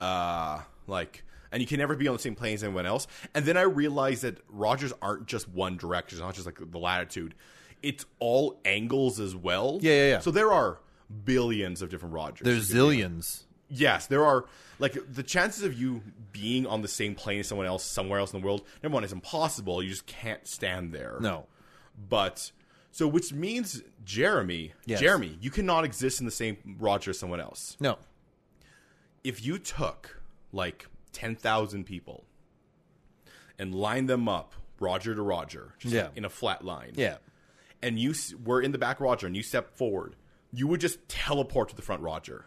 S1: uh like and you can never be on the same plane as anyone else. And then I realized that Rogers aren't just one direction; it's not just like the latitude; it's all angles as well.
S2: Yeah, yeah, yeah.
S1: So there are billions of different Rogers.
S2: There's zillions.
S1: Yes, there are like the chances of you being on the same plane as someone else somewhere else in the world. Number one, is impossible. You just can't stand there.
S2: No.
S1: but so which means Jeremy,
S2: Yes.
S1: Jeremy, you cannot exist in the same Roger as someone else.
S2: No.
S1: If you took like ten thousand people and lined them up, Roger to Roger, just
S2: Yeah.
S1: like, in a flat line,
S2: Yeah.
S1: and you s- were in the back Roger and you stepped forward, you would just teleport to the front Roger.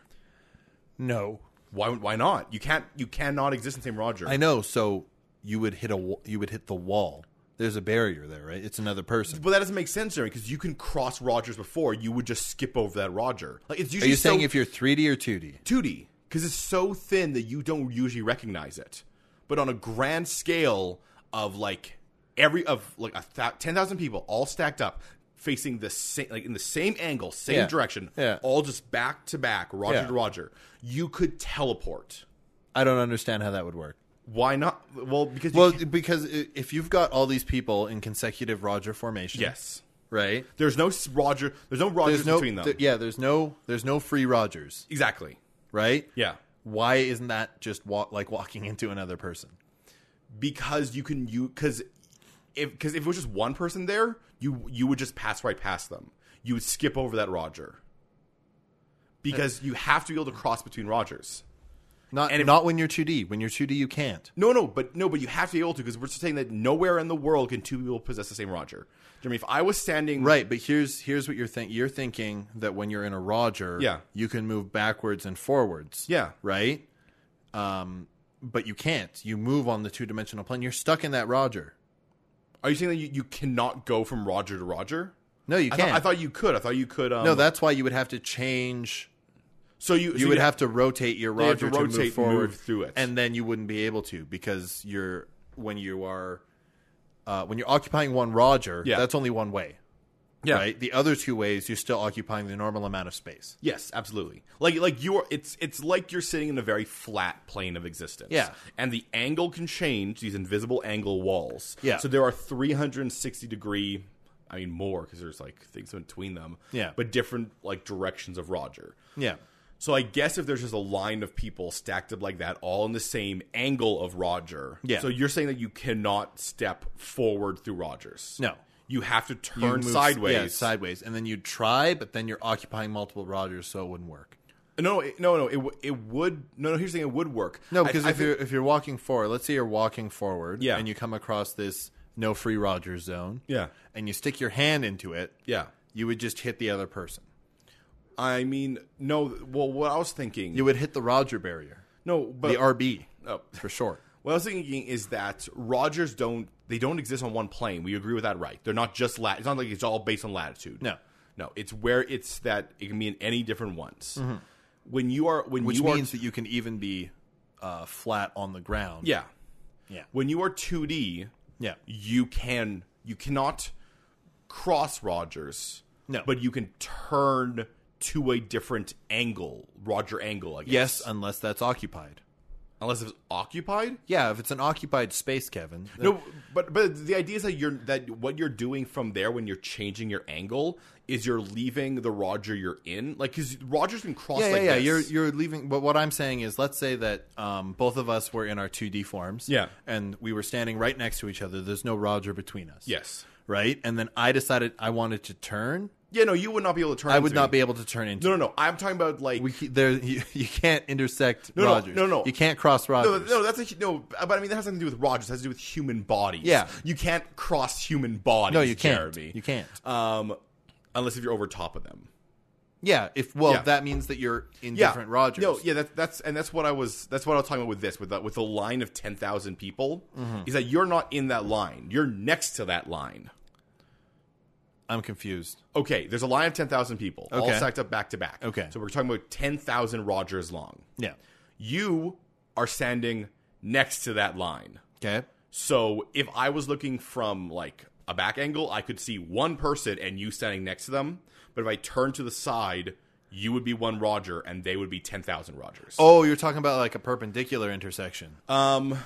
S2: No.
S1: Why? Why not? You can't. You cannot exist in the same Roger.
S2: I know. So you would hit a wa- you would hit the wall. There's a barrier there, right? It's another person.
S1: But that doesn't make sense, Jeremy, because you can cross Rogers before. You would just skip over that Roger. Like it's
S2: Are
S1: usually
S2: you saying
S1: so
S2: if you're 3D or 2D?
S1: 2D because it's so thin that you don't usually recognize it. But on a grand scale of like every of like a th- ten thousand people all stacked up, facing the same like in the same angle, same
S2: Yeah.
S1: direction,
S2: Yeah.
S1: all just back to back, Roger
S2: Yeah.
S1: to Roger, you could teleport.
S2: I don't understand how that would work.
S1: Why not? Well, because you
S2: Well,
S1: can't-
S2: because i- if you've got all these people in consecutive Roger formation,
S1: yes,
S2: right?
S1: there's no s- Roger. There's no Rogers
S2: There's no,
S1: between them.
S2: th- yeah. There's no, there's no free Rogers,
S1: Exactly.
S2: right?
S1: Yeah.
S2: Why isn't that just walk, like walking into another person?
S1: because you can you because if because if it was just one person there, you you would just pass right past them. You would skip over that Roger because you have to be able to cross between Rogers.
S2: Not,
S1: And if-
S2: not when you're 2D. When you're 2D, you can't.
S1: No, no, but no, but you have to be able to because we're saying that nowhere in the world can two people possess the same Roger. Jeremy, if I was standing
S2: Right, but here's here's what you're thinking. You're thinking that when you're in a Roger,
S1: Yeah.
S2: you can move backwards and forwards.
S1: yeah,
S2: Right? Um, but you can't. You move on the two dimensional plane. You're stuck in that Roger.
S1: are you saying that you, you cannot go from Roger to Roger?
S2: No, you
S1: I
S2: can't.
S1: thought, I thought you could. I thought you could. Um,
S2: no, that's why you would have to change
S1: so you
S2: you would have to rotate your
S1: have to
S2: Roger to, move
S1: rotate,
S2: forward
S1: move through it.
S2: and then you wouldn't be able to because you're when you are uh, when you're occupying one Roger,
S1: Yeah.
S2: that's only one way,
S1: yeah.
S2: right? The other two ways, you're still occupying the normal amount of space.
S1: Yes, absolutely. Like like you are it's it's like you're sitting in a very flat plane of existence.
S2: Yeah.
S1: And the angle can change these invisible angle walls.
S2: Yeah.
S1: So there are 360 degree I mean more because there's like things in between them.
S2: Yeah.
S1: But different like directions of Roger.
S2: Yeah,
S1: So I guess if there's just a line of people stacked up like that, all in the same angle of Roger.
S2: Yeah.
S1: So you're saying that you cannot step forward through Rogers.
S2: no,
S1: You have to
S2: You
S1: turn
S2: move-
S1: sideways.
S2: yeah, sideways, and then you'd try, but then you're occupying multiple Rogers, so it wouldn't work.
S1: no, it- no, no. It, w- it would. No, no. Here's the thing. It would work.
S2: No,
S1: I-
S2: because
S1: I
S2: if
S1: think-
S2: you're if you're walking forward, let's say you're walking forward,
S1: Yeah.
S2: and you come across this no free Rogers zone,
S1: Yeah.
S2: and you stick your hand into it,
S1: Yeah.
S2: you would just hit the other person.
S1: I mean, no. Well, what I was thinking.
S2: You would hit the Roger barrier,
S1: no, but
S2: the RB
S1: oh,
S2: for short.
S1: what I was thinking is that Rogers don't. They don't exist on one plane. We agree with that, right? They're not just lat. It's not like it's all based on latitude.
S2: No.
S1: no. It's where it's that it can be in any different ones. When you are when
S2: Mm-hmm. Which
S1: you
S2: means
S1: are
S2: that you can even be uh, flat on the ground.
S1: yeah
S2: Yeah.
S1: when you are two D
S2: yeah,
S1: you can you cannot cross Rogers.
S2: No.
S1: but you can turn to a different angle, Roger angle. I guess.
S2: yes, unless that's occupied.
S1: unless it's occupied.
S2: Yeah, if it's an occupied space, Kevin. then-
S1: No, but but the idea is that you're that what you're doing from there when you're changing your angle is you're leaving the Roger you're in, like because Rogers can cross.
S2: yeah,
S1: like
S2: yeah, yeah.
S1: this.
S2: You're you're leaving. But what I'm saying is, let's say that um, both of us were in our 2D forms.
S1: Yeah.
S2: and we were standing right next to each other. There's no Roger between us.
S1: yes,
S2: right. And then I decided I wanted to turn.
S1: yeah. No, you would not be able to turn.
S2: I would
S1: into
S2: not
S1: me.
S2: be able to turn into.
S1: No, no, no. I'm talking about like
S2: We c- there you, you can't intersect
S1: no,
S2: Rogers.
S1: no, no.
S2: You can't cross
S1: no,
S2: Rogers.
S1: no. That's a, hu- no, but I mean that has nothing to do with Rogers. It has to do with human bodies.
S2: Yeah.
S1: you can't cross human bodies.
S2: No, you can't.
S1: Jeremy.
S2: You can't.
S1: Um, unless if you're over top of them.
S2: yeah. If well,
S1: yeah.
S2: that means that you're in
S1: yeah.
S2: different Rogers.
S1: No, yeah, that, that's and that's what I was. That's what I was talking about with this, with the, with the line of ten thousand people.
S2: Mm-hmm.
S1: Is that you're not in that line? You're next to that line.
S2: I'm confused.
S1: Okay, there's a line of ten thousand people, all
S2: Okay.
S1: stacked up back to back.
S2: Okay.
S1: so we're talking about ten thousand Rogers long.
S2: Yeah.
S1: You are standing next to that line.
S2: Okay.
S1: So if I was looking from like a back angle, I could see one person and you standing next to them. But if I turn to the side, you would be one Roger and they would be 10,000 Rogers.
S2: Oh, you're talking about like a perpendicular intersection.
S1: Um,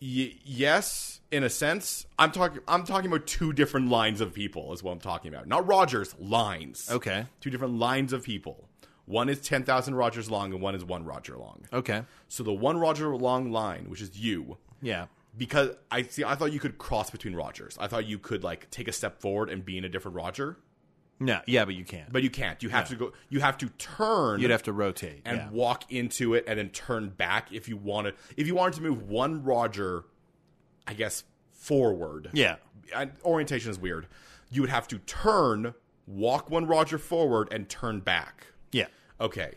S1: y- yes, in a sense. I'm talking. I'm talking about two different lines of people. Is what I'm talking about. Not Rogers lines.
S2: Okay.
S1: Two different lines of people. One is ten thousand Rogers long, and one is one Roger long.
S2: Okay.
S1: So the one Roger long line, which is you,
S2: Yeah.
S1: because I see. I thought you could cross between Rogers. I thought you could like take a step forward and be in a different Roger,
S2: No. Yeah, but you can't.
S1: but you can't. You have to go. You have to turn
S2: You'd have to rotate.
S1: and
S2: yeah.
S1: walk into it and then turn back if you wanted if you wanted to move one Roger, I guess forward.
S2: Yeah.
S1: I, orientation is weird. You would have to turn, walk one Roger forward, and turn back.
S2: Yeah.
S1: Okay,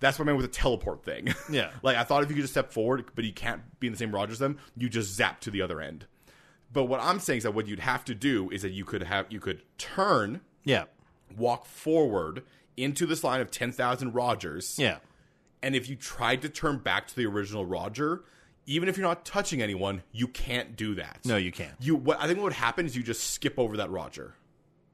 S1: that's what I meant with the teleport thing.
S2: Yeah.
S1: like I thought if you could just step forward, but you can't be in the same Roger as them, you just zap to the other end. But what I'm saying is that what you'd have to do is that you could have you could turn,
S2: Yeah.
S1: walk forward into this line of ten thousand Rogers,
S2: Yeah.
S1: and if you tried to turn back to the original Roger, even if you're not touching anyone, you can't do that.
S2: No, you can't.
S1: You what I think what would happen is you just skip over that Roger.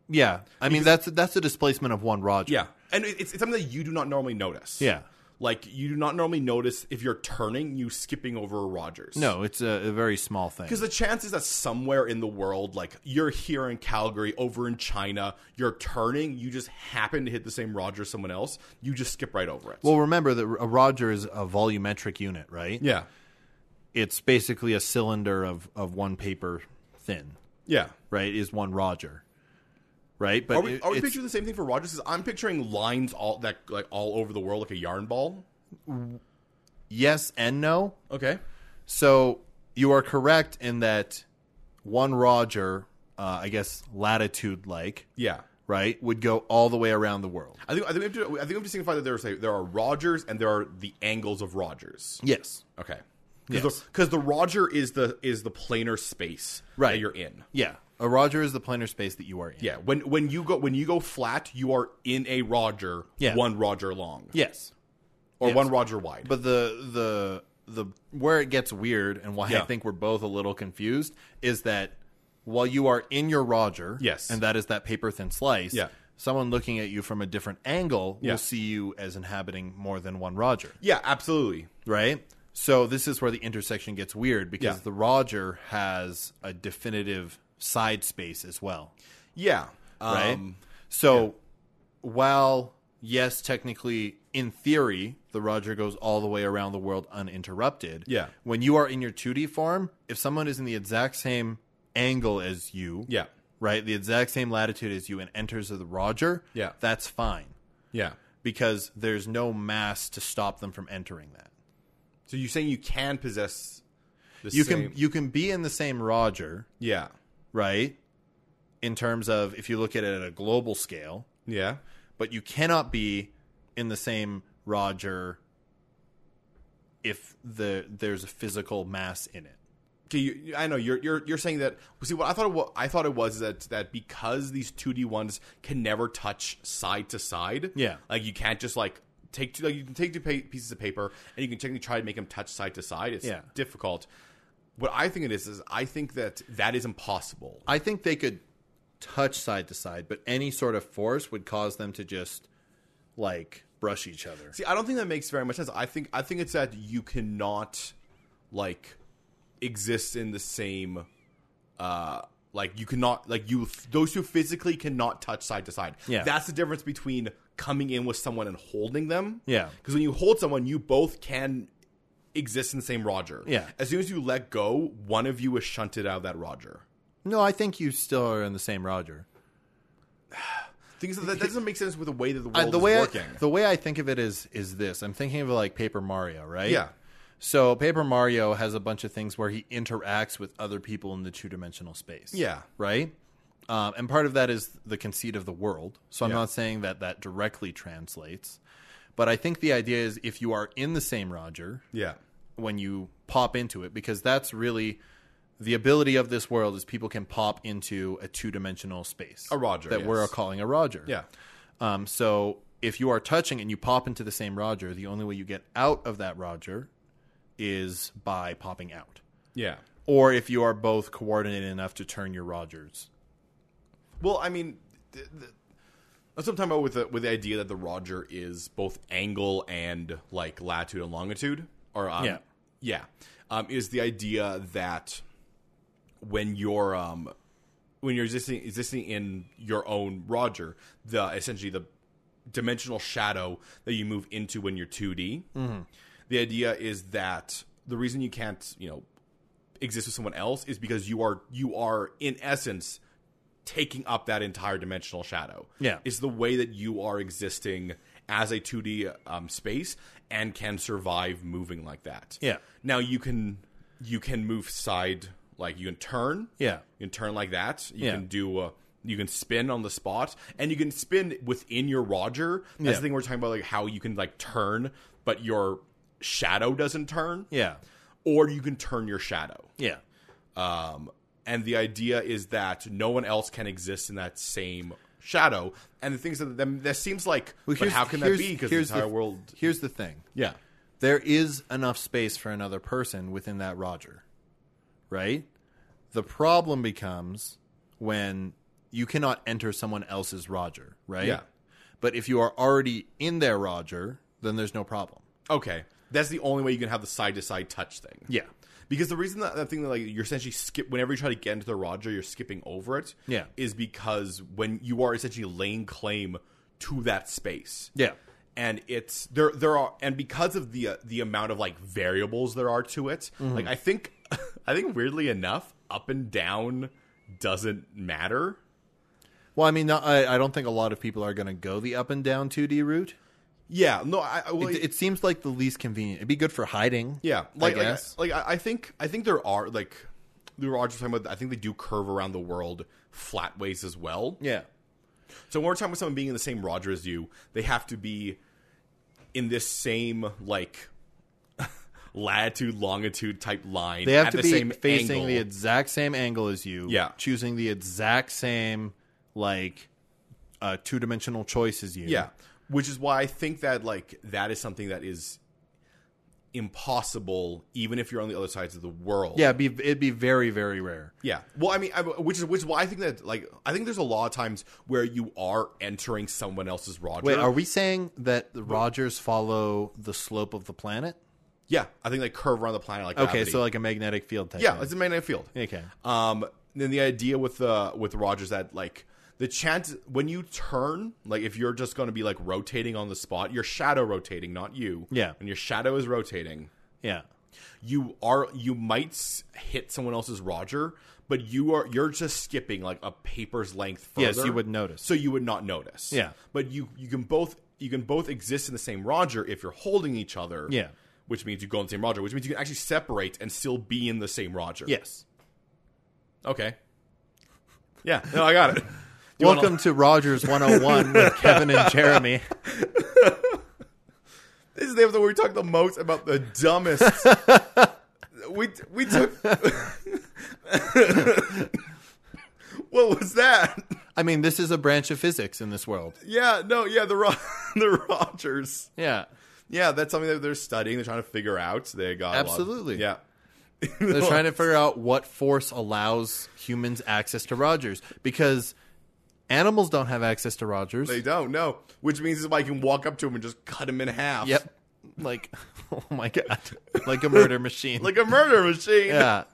S2: Yeah. I mean that's that's a displacement of one Roger.
S1: Yeah. And it- it's, it's something that you do not normally notice.
S2: Yeah.
S1: Like you do not normally notice if you're turning, you skipping over Rogers.
S2: No, it's a, a very small thing.
S1: Because the chances that somewhere in the world, like you're here in Calgary, over in China, you're turning, you just happen to hit the same Roger as someone else, you just skip right over it.
S2: Well, remember that a Roger is a volumetric unit, right?
S1: yeah.
S2: It's basically a cylinder of, of one paper thin,
S1: Yeah.
S2: right? Is one Roger, right? But
S1: Are we,
S2: it-
S1: are we
S2: it's-
S1: picturing the same thing for Rogers? 'Cause I'm picturing lines all that like all over the world, like a yarn ball.
S2: yes and no.
S1: Okay.
S2: So you are correct in that one Roger, uh, I guess latitude like,
S1: Yeah.
S2: right, would go all the way around the world.
S1: I think I think we have to, I think we have to signify that there's a, there are Rogers and there are the angles of Rogers.
S2: Yes.
S1: Okay. Because the, Roger is the is the planar space that
S2: Right.
S1: you're in.
S2: Yeah. A Roger is the planar space that you are in.
S1: Yeah. When when you go when you go flat, you are in a Roger,
S2: Yeah.
S1: one Roger long
S2: Yes.
S1: or
S2: yes.
S1: one Roger wide.
S2: But the the the where it gets weird and why
S1: Yeah.
S2: I think we're both a little confused is that while you are in your Roger,
S1: Yes.
S2: and that is that paper thin slice,
S1: Yeah.
S2: someone looking at you from a different angle
S1: Yeah.
S2: will see you as inhabiting more than one Roger,
S1: yeah, absolutely.
S2: right? So this is where the intersection gets weird because
S1: Yeah.
S2: the Roger has a definitive side space as well
S1: Yeah. Um,
S2: right? so while yes, technically in theory, the Roger goes all the way around the world uninterrupted.
S1: Yeah.
S2: When you are in your 2D form, if someone is in the exact same angle as you,
S1: Yeah.
S2: right, the exact same latitude as you and enters the Roger,
S1: Yeah.
S2: that's fine
S1: Yeah.
S2: because there's no mass to stop them from entering that.
S1: So you're saying you can possess the
S2: You
S1: same
S2: can you can be in the same Roger,
S1: Yeah.
S2: right? In terms of if you look at it at a global scale,
S1: Yeah.
S2: but you cannot be in the same Roger if the there's a physical mass in it.
S1: Okay, you, I know you're you're you're saying that. See, what I thought it was, I thought it was that that because these two D ones can never touch side to side.
S2: Yeah.
S1: like you can't just like take two like you can take two pa- pieces of paper and you can technically try to make them touch side to side. It's
S2: Yeah.
S1: difficult. What I think it is is I think that that is impossible.
S2: I think they could touch side to side, but any sort of force would cause them to just like brush each other.
S1: See, I don't think that makes very much sense. I think I think it's that you cannot like exist in the same uh like you cannot like you those two physically cannot touch side to side.
S2: Yeah.
S1: That's the difference between coming in with someone and holding them.
S2: Yeah.
S1: Cuz when you hold someone, you both can exist in the same Roger.
S2: Yeah.
S1: As soon as you let go, one of you is shunted out of that Roger.
S2: No, I think you still are in the same Roger.
S1: Things that, that doesn't make sense with the way that the
S2: I-
S1: world
S2: the
S1: is
S2: way I,
S1: working.
S2: the way I think of it is is this. I'm thinking of it like Paper Mario, right?
S1: yeah.
S2: So Paper Mario has a bunch of things where he interacts with other people in the two dimensional space.
S1: Yeah.
S2: Right? Um, and part of that is the conceit of the world. So I'm
S1: Yeah.
S2: not saying that that directly translates. But I think the idea is if you are in the same Roger
S1: Yeah.
S2: when you pop into it, because that's really the ability of this world is people can pop into a two dimensional space.
S1: A Roger,
S2: That we're
S1: yes.
S2: calling a Roger.
S1: Yeah.
S2: Um, so if you are touching and you pop into the same Roger, the only way you get out of that Roger is by popping out.
S1: Yeah.
S2: Or if you are both coordinated enough to turn your Rogers.
S1: Well, I mean, th- th- That's what I'm talking about with the, with the idea that the Roger is both angle and like latitude and longitude. Or um,
S2: Yeah.
S1: yeah, um, is the idea that when you're um, when you're existing existing in your own Roger, the essentially the dimensional shadow that you move into when you're 2D.
S2: Mm-hmm.
S1: The idea is that the reason you can't you know exist with someone else is because you are you are in essence taking up that entire dimensional shadow.
S2: Yeah.
S1: It's the way that you are existing as a 2D um, space and can survive moving like that.
S2: Yeah.
S1: Now you can you can move side like you can turn.
S2: Yeah.
S1: You can turn like that. You
S2: Yeah.
S1: can do uh, you can spin on the spot and you can spin within your Roger. That's
S2: Yeah.
S1: the thing we're talking about like how you can like turn but your shadow doesn't turn
S2: Yeah.
S1: or you can turn your shadow.
S2: Yeah.
S1: Um, and the idea is that no one else can exist in that same shadow. And the things that them that seems like,
S2: Well,
S1: but
S2: here's-
S1: how can that
S2: here's-
S1: be? Because the
S2: here's
S1: entire world,
S2: Here's the thing.
S1: yeah,
S2: there is enough space for another person within that Roger, right? The problem becomes when you cannot enter someone else's Roger, right?
S1: Yeah.
S2: But if you are already in their Roger, then there's no problem.
S1: okay, that's the only way you can have the side to side touch thing.
S2: Yeah.
S1: Because the reason that, that thing that like you're essentially skip whenever you try to get into the Roger, you're skipping over it.
S2: Yeah.
S1: is because when you are essentially laying claim to that space.
S2: Yeah.
S1: and it's there there are and because of the uh, the amount of like variables there are to it
S2: Mm-hmm.
S1: like i think i think weirdly enough up and down doesn't matter
S2: Well, I mean, not, I, I don't think a lot of people are going to go the up and down 2D route.
S1: yeah no i, I well,
S2: It, it seems like the least convenient. It'd be good for hiding.
S1: yeah like
S2: I
S1: like,
S2: guess.
S1: like, I, I think i think there are like the Roger's talking about. I think they do curve around the world flat ways as well.
S2: yeah.
S1: So when we're talking about someone being in the same Roger as you, they have to be in this same like latitude longitude type line.
S2: They have
S1: at
S2: to
S1: the
S2: be
S1: same
S2: facing
S1: angle.
S2: the exact same angle as you.
S1: Yeah.
S2: Choosing the exact same like uh, two dimensional choice as you.
S1: Yeah, which is why I think that like that is something that is impossible, even if you're on the other sides of the world.
S2: Yeah. It'd be, it'd be very very rare.
S1: yeah. Well, I mean, I, which is which is why I think that like I think there's a lot of times where you are entering someone else's Roger.
S2: Wait, are we saying that the Rogers follow the slope of the planet?
S1: yeah, I think they curve around the planet like
S2: Okay,
S1: gravity.
S2: so like a magnetic field type.
S1: yeah,
S2: thing.
S1: it's a magnetic field.
S2: Okay.
S1: Um, then the idea with the with Rogers that like the chance when you turn, like if you're just going to be like rotating on the spot, your shadow rotating, not you.
S2: Yeah.
S1: When your shadow is rotating,
S2: Yeah.
S1: you are you might s- hit someone else's Roger, but you are you're just skipping like a paper's length further.
S2: Yes, you would notice.
S1: So you would not notice.
S2: Yeah.
S1: but you you can both you can both exist in the same Roger if you're holding each other.
S2: Yeah.
S1: Which means you go in the same Roger, which means you can actually separate and still be in the same Roger.
S2: Yes.
S1: Okay. Yeah. No, I got it. Do you wanna-
S2: Welcome to Rogers 101 with Kevin and Jeremy.
S1: This is the episode where we talk the most about the dumbest. we we took. what was that?
S2: I mean, this is a branch of physics in this world.
S1: Yeah, no, yeah, the Ro- the Rogers.
S2: Yeah.
S1: Yeah, that's something that they're studying. They're trying to figure out. They got a lot of-
S2: Absolutely.
S1: yeah.
S2: They're trying to figure out what force allows humans access to Rogers because animals don't have access to Rogers.
S1: They don't know, which means is why you can walk up to him and just cut him in half.
S2: yep. Like, oh my god, like a murder machine.
S1: Like a murder machine.
S2: yeah,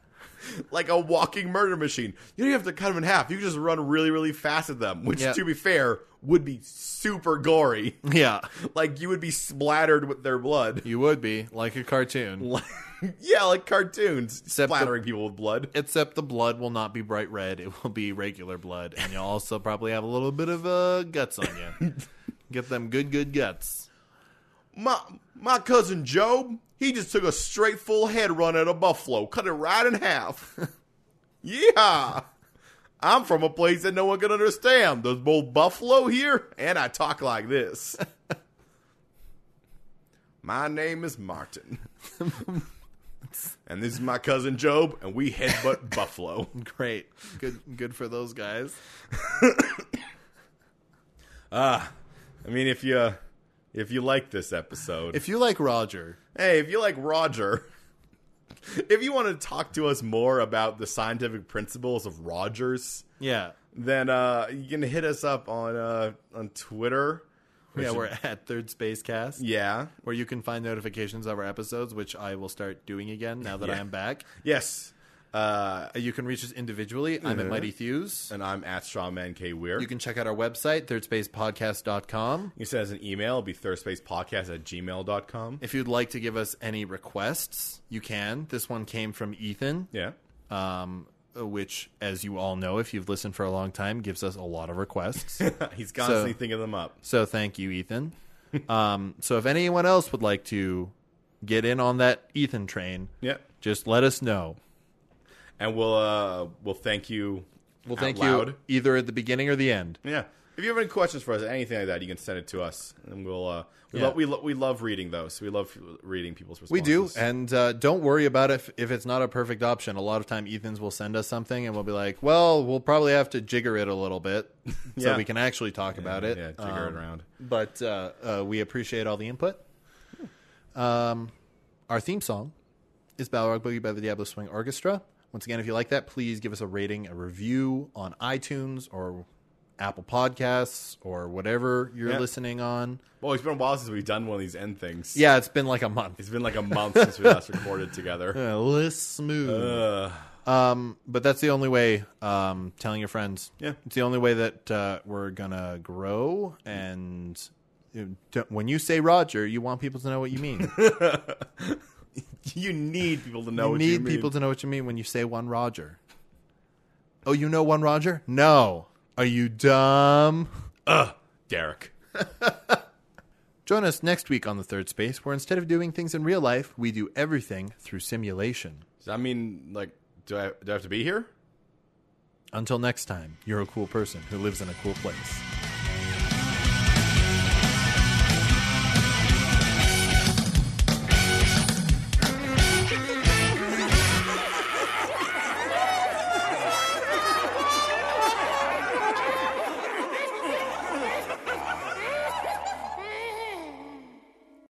S1: Like a walking murder machine. You don't even have to cut him in half. You can just run really, really fast at them, which,
S2: Yeah.
S1: to be fair, would be super gory.
S2: yeah.
S1: Like you would be splattered with their blood.
S2: You would be like a cartoon,
S1: Like- yeah, like cartoons
S2: Except the-
S1: splattering people with blood.
S2: except the blood will not be bright red. It will be regular blood, and you'll also probably have a little bit of uh, guts on you. Get them good, good guts.
S1: My my cousin Job, he just took a straight full head run at a buffalo, cut it right in half. yeah. I'm from a place that no one can understand. There's both buffalo here, and I talk like this. my name is Martin. and this is my cousin Job, and we headbutt buffalo.
S2: Great, good, good for those guys.
S1: I mean, if you if you like this episode,
S2: If you like Roger,
S1: hey, if you like Roger, If you want to talk to us more about the scientific principles of Rogers,
S2: Yeah.
S1: then uh, you can hit us up on uh, on Twitter.
S2: yeah,
S1: should-
S2: we're at Third Space Cast,
S1: Yeah.
S2: where you can find notifications of our episodes, which I will start doing again now that I
S1: Yeah.
S2: am back.
S1: Yes. Uh,
S2: Uh, You can reach us individually. I'm at
S1: Mhm.
S2: Mighty Thews.
S1: and I'm at Strawman K Weir.
S2: You
S1: You
S2: can check out our website, thirdspacepodcast.com.
S1: can send us an email. It'll be thirdspacepodcast at gmail.com.
S2: If you'd like to give us any requests, you can. This one came from Ethan,
S1: Yeah.
S2: um, which, as you all know, if you've listened for a long time, gives us a lot of requests.
S1: He's constantly thinking them up.
S2: so thank you, Ethan. Um, so if anyone else would like to get in on that Ethan train,
S1: Yeah.
S2: just let us know.
S1: And we'll uh, we'll thank you.
S2: Well,
S1: out
S2: thank
S1: loud.
S2: you either at the beginning or the end.
S1: Yeah. If you have any questions for us, anything like that, you can send it to us, and we'll uh, we,
S2: Yeah.
S1: lo- we, lo- we love reading those. We love reading people's responses.
S2: We do, and uh, don't worry about if if it's not a perfect option. A lot of time, Ethan's will send us something, and we'll be like, "Well, we'll probably have to jigger it a little bit, so
S1: Yeah.
S2: we can actually talk about it."
S1: Yeah, jigger
S2: Um,
S1: it around.
S2: But uh, uh, we appreciate all the input.
S1: Hmm.
S2: Um, our theme song is Balrog Boogie by the Diablo Swing Orchestra. Once again, if you like that, please give us a rating, a review on iTunes or Apple Podcasts or whatever you're
S1: Yeah.
S2: listening on.
S1: Well, it's been a while since we've done one of these end things.
S2: Yeah, it's been like a month.
S1: It's been like a month since we last recorded together.
S2: Uh, less smooth.
S1: Uh,
S2: Um, but that's the only way. Um, telling your friends.
S1: Yeah.
S2: it's the only way that uh, we're gonna grow. And you don't- when you say Roger, you want people to know what you mean.
S1: you need people to know
S2: you
S1: what
S2: need
S1: you mean.
S2: people to know what you mean when you say one Roger. Oh, you know one Roger? No. Are you dumb?
S1: Ugh, Derek.
S2: Join us next week on the Third Space, where instead of doing things in real life, we do everything through simulation.
S1: Does that mean like do I do I have to be here?
S2: Until next time, you're a cool person who lives in a cool place.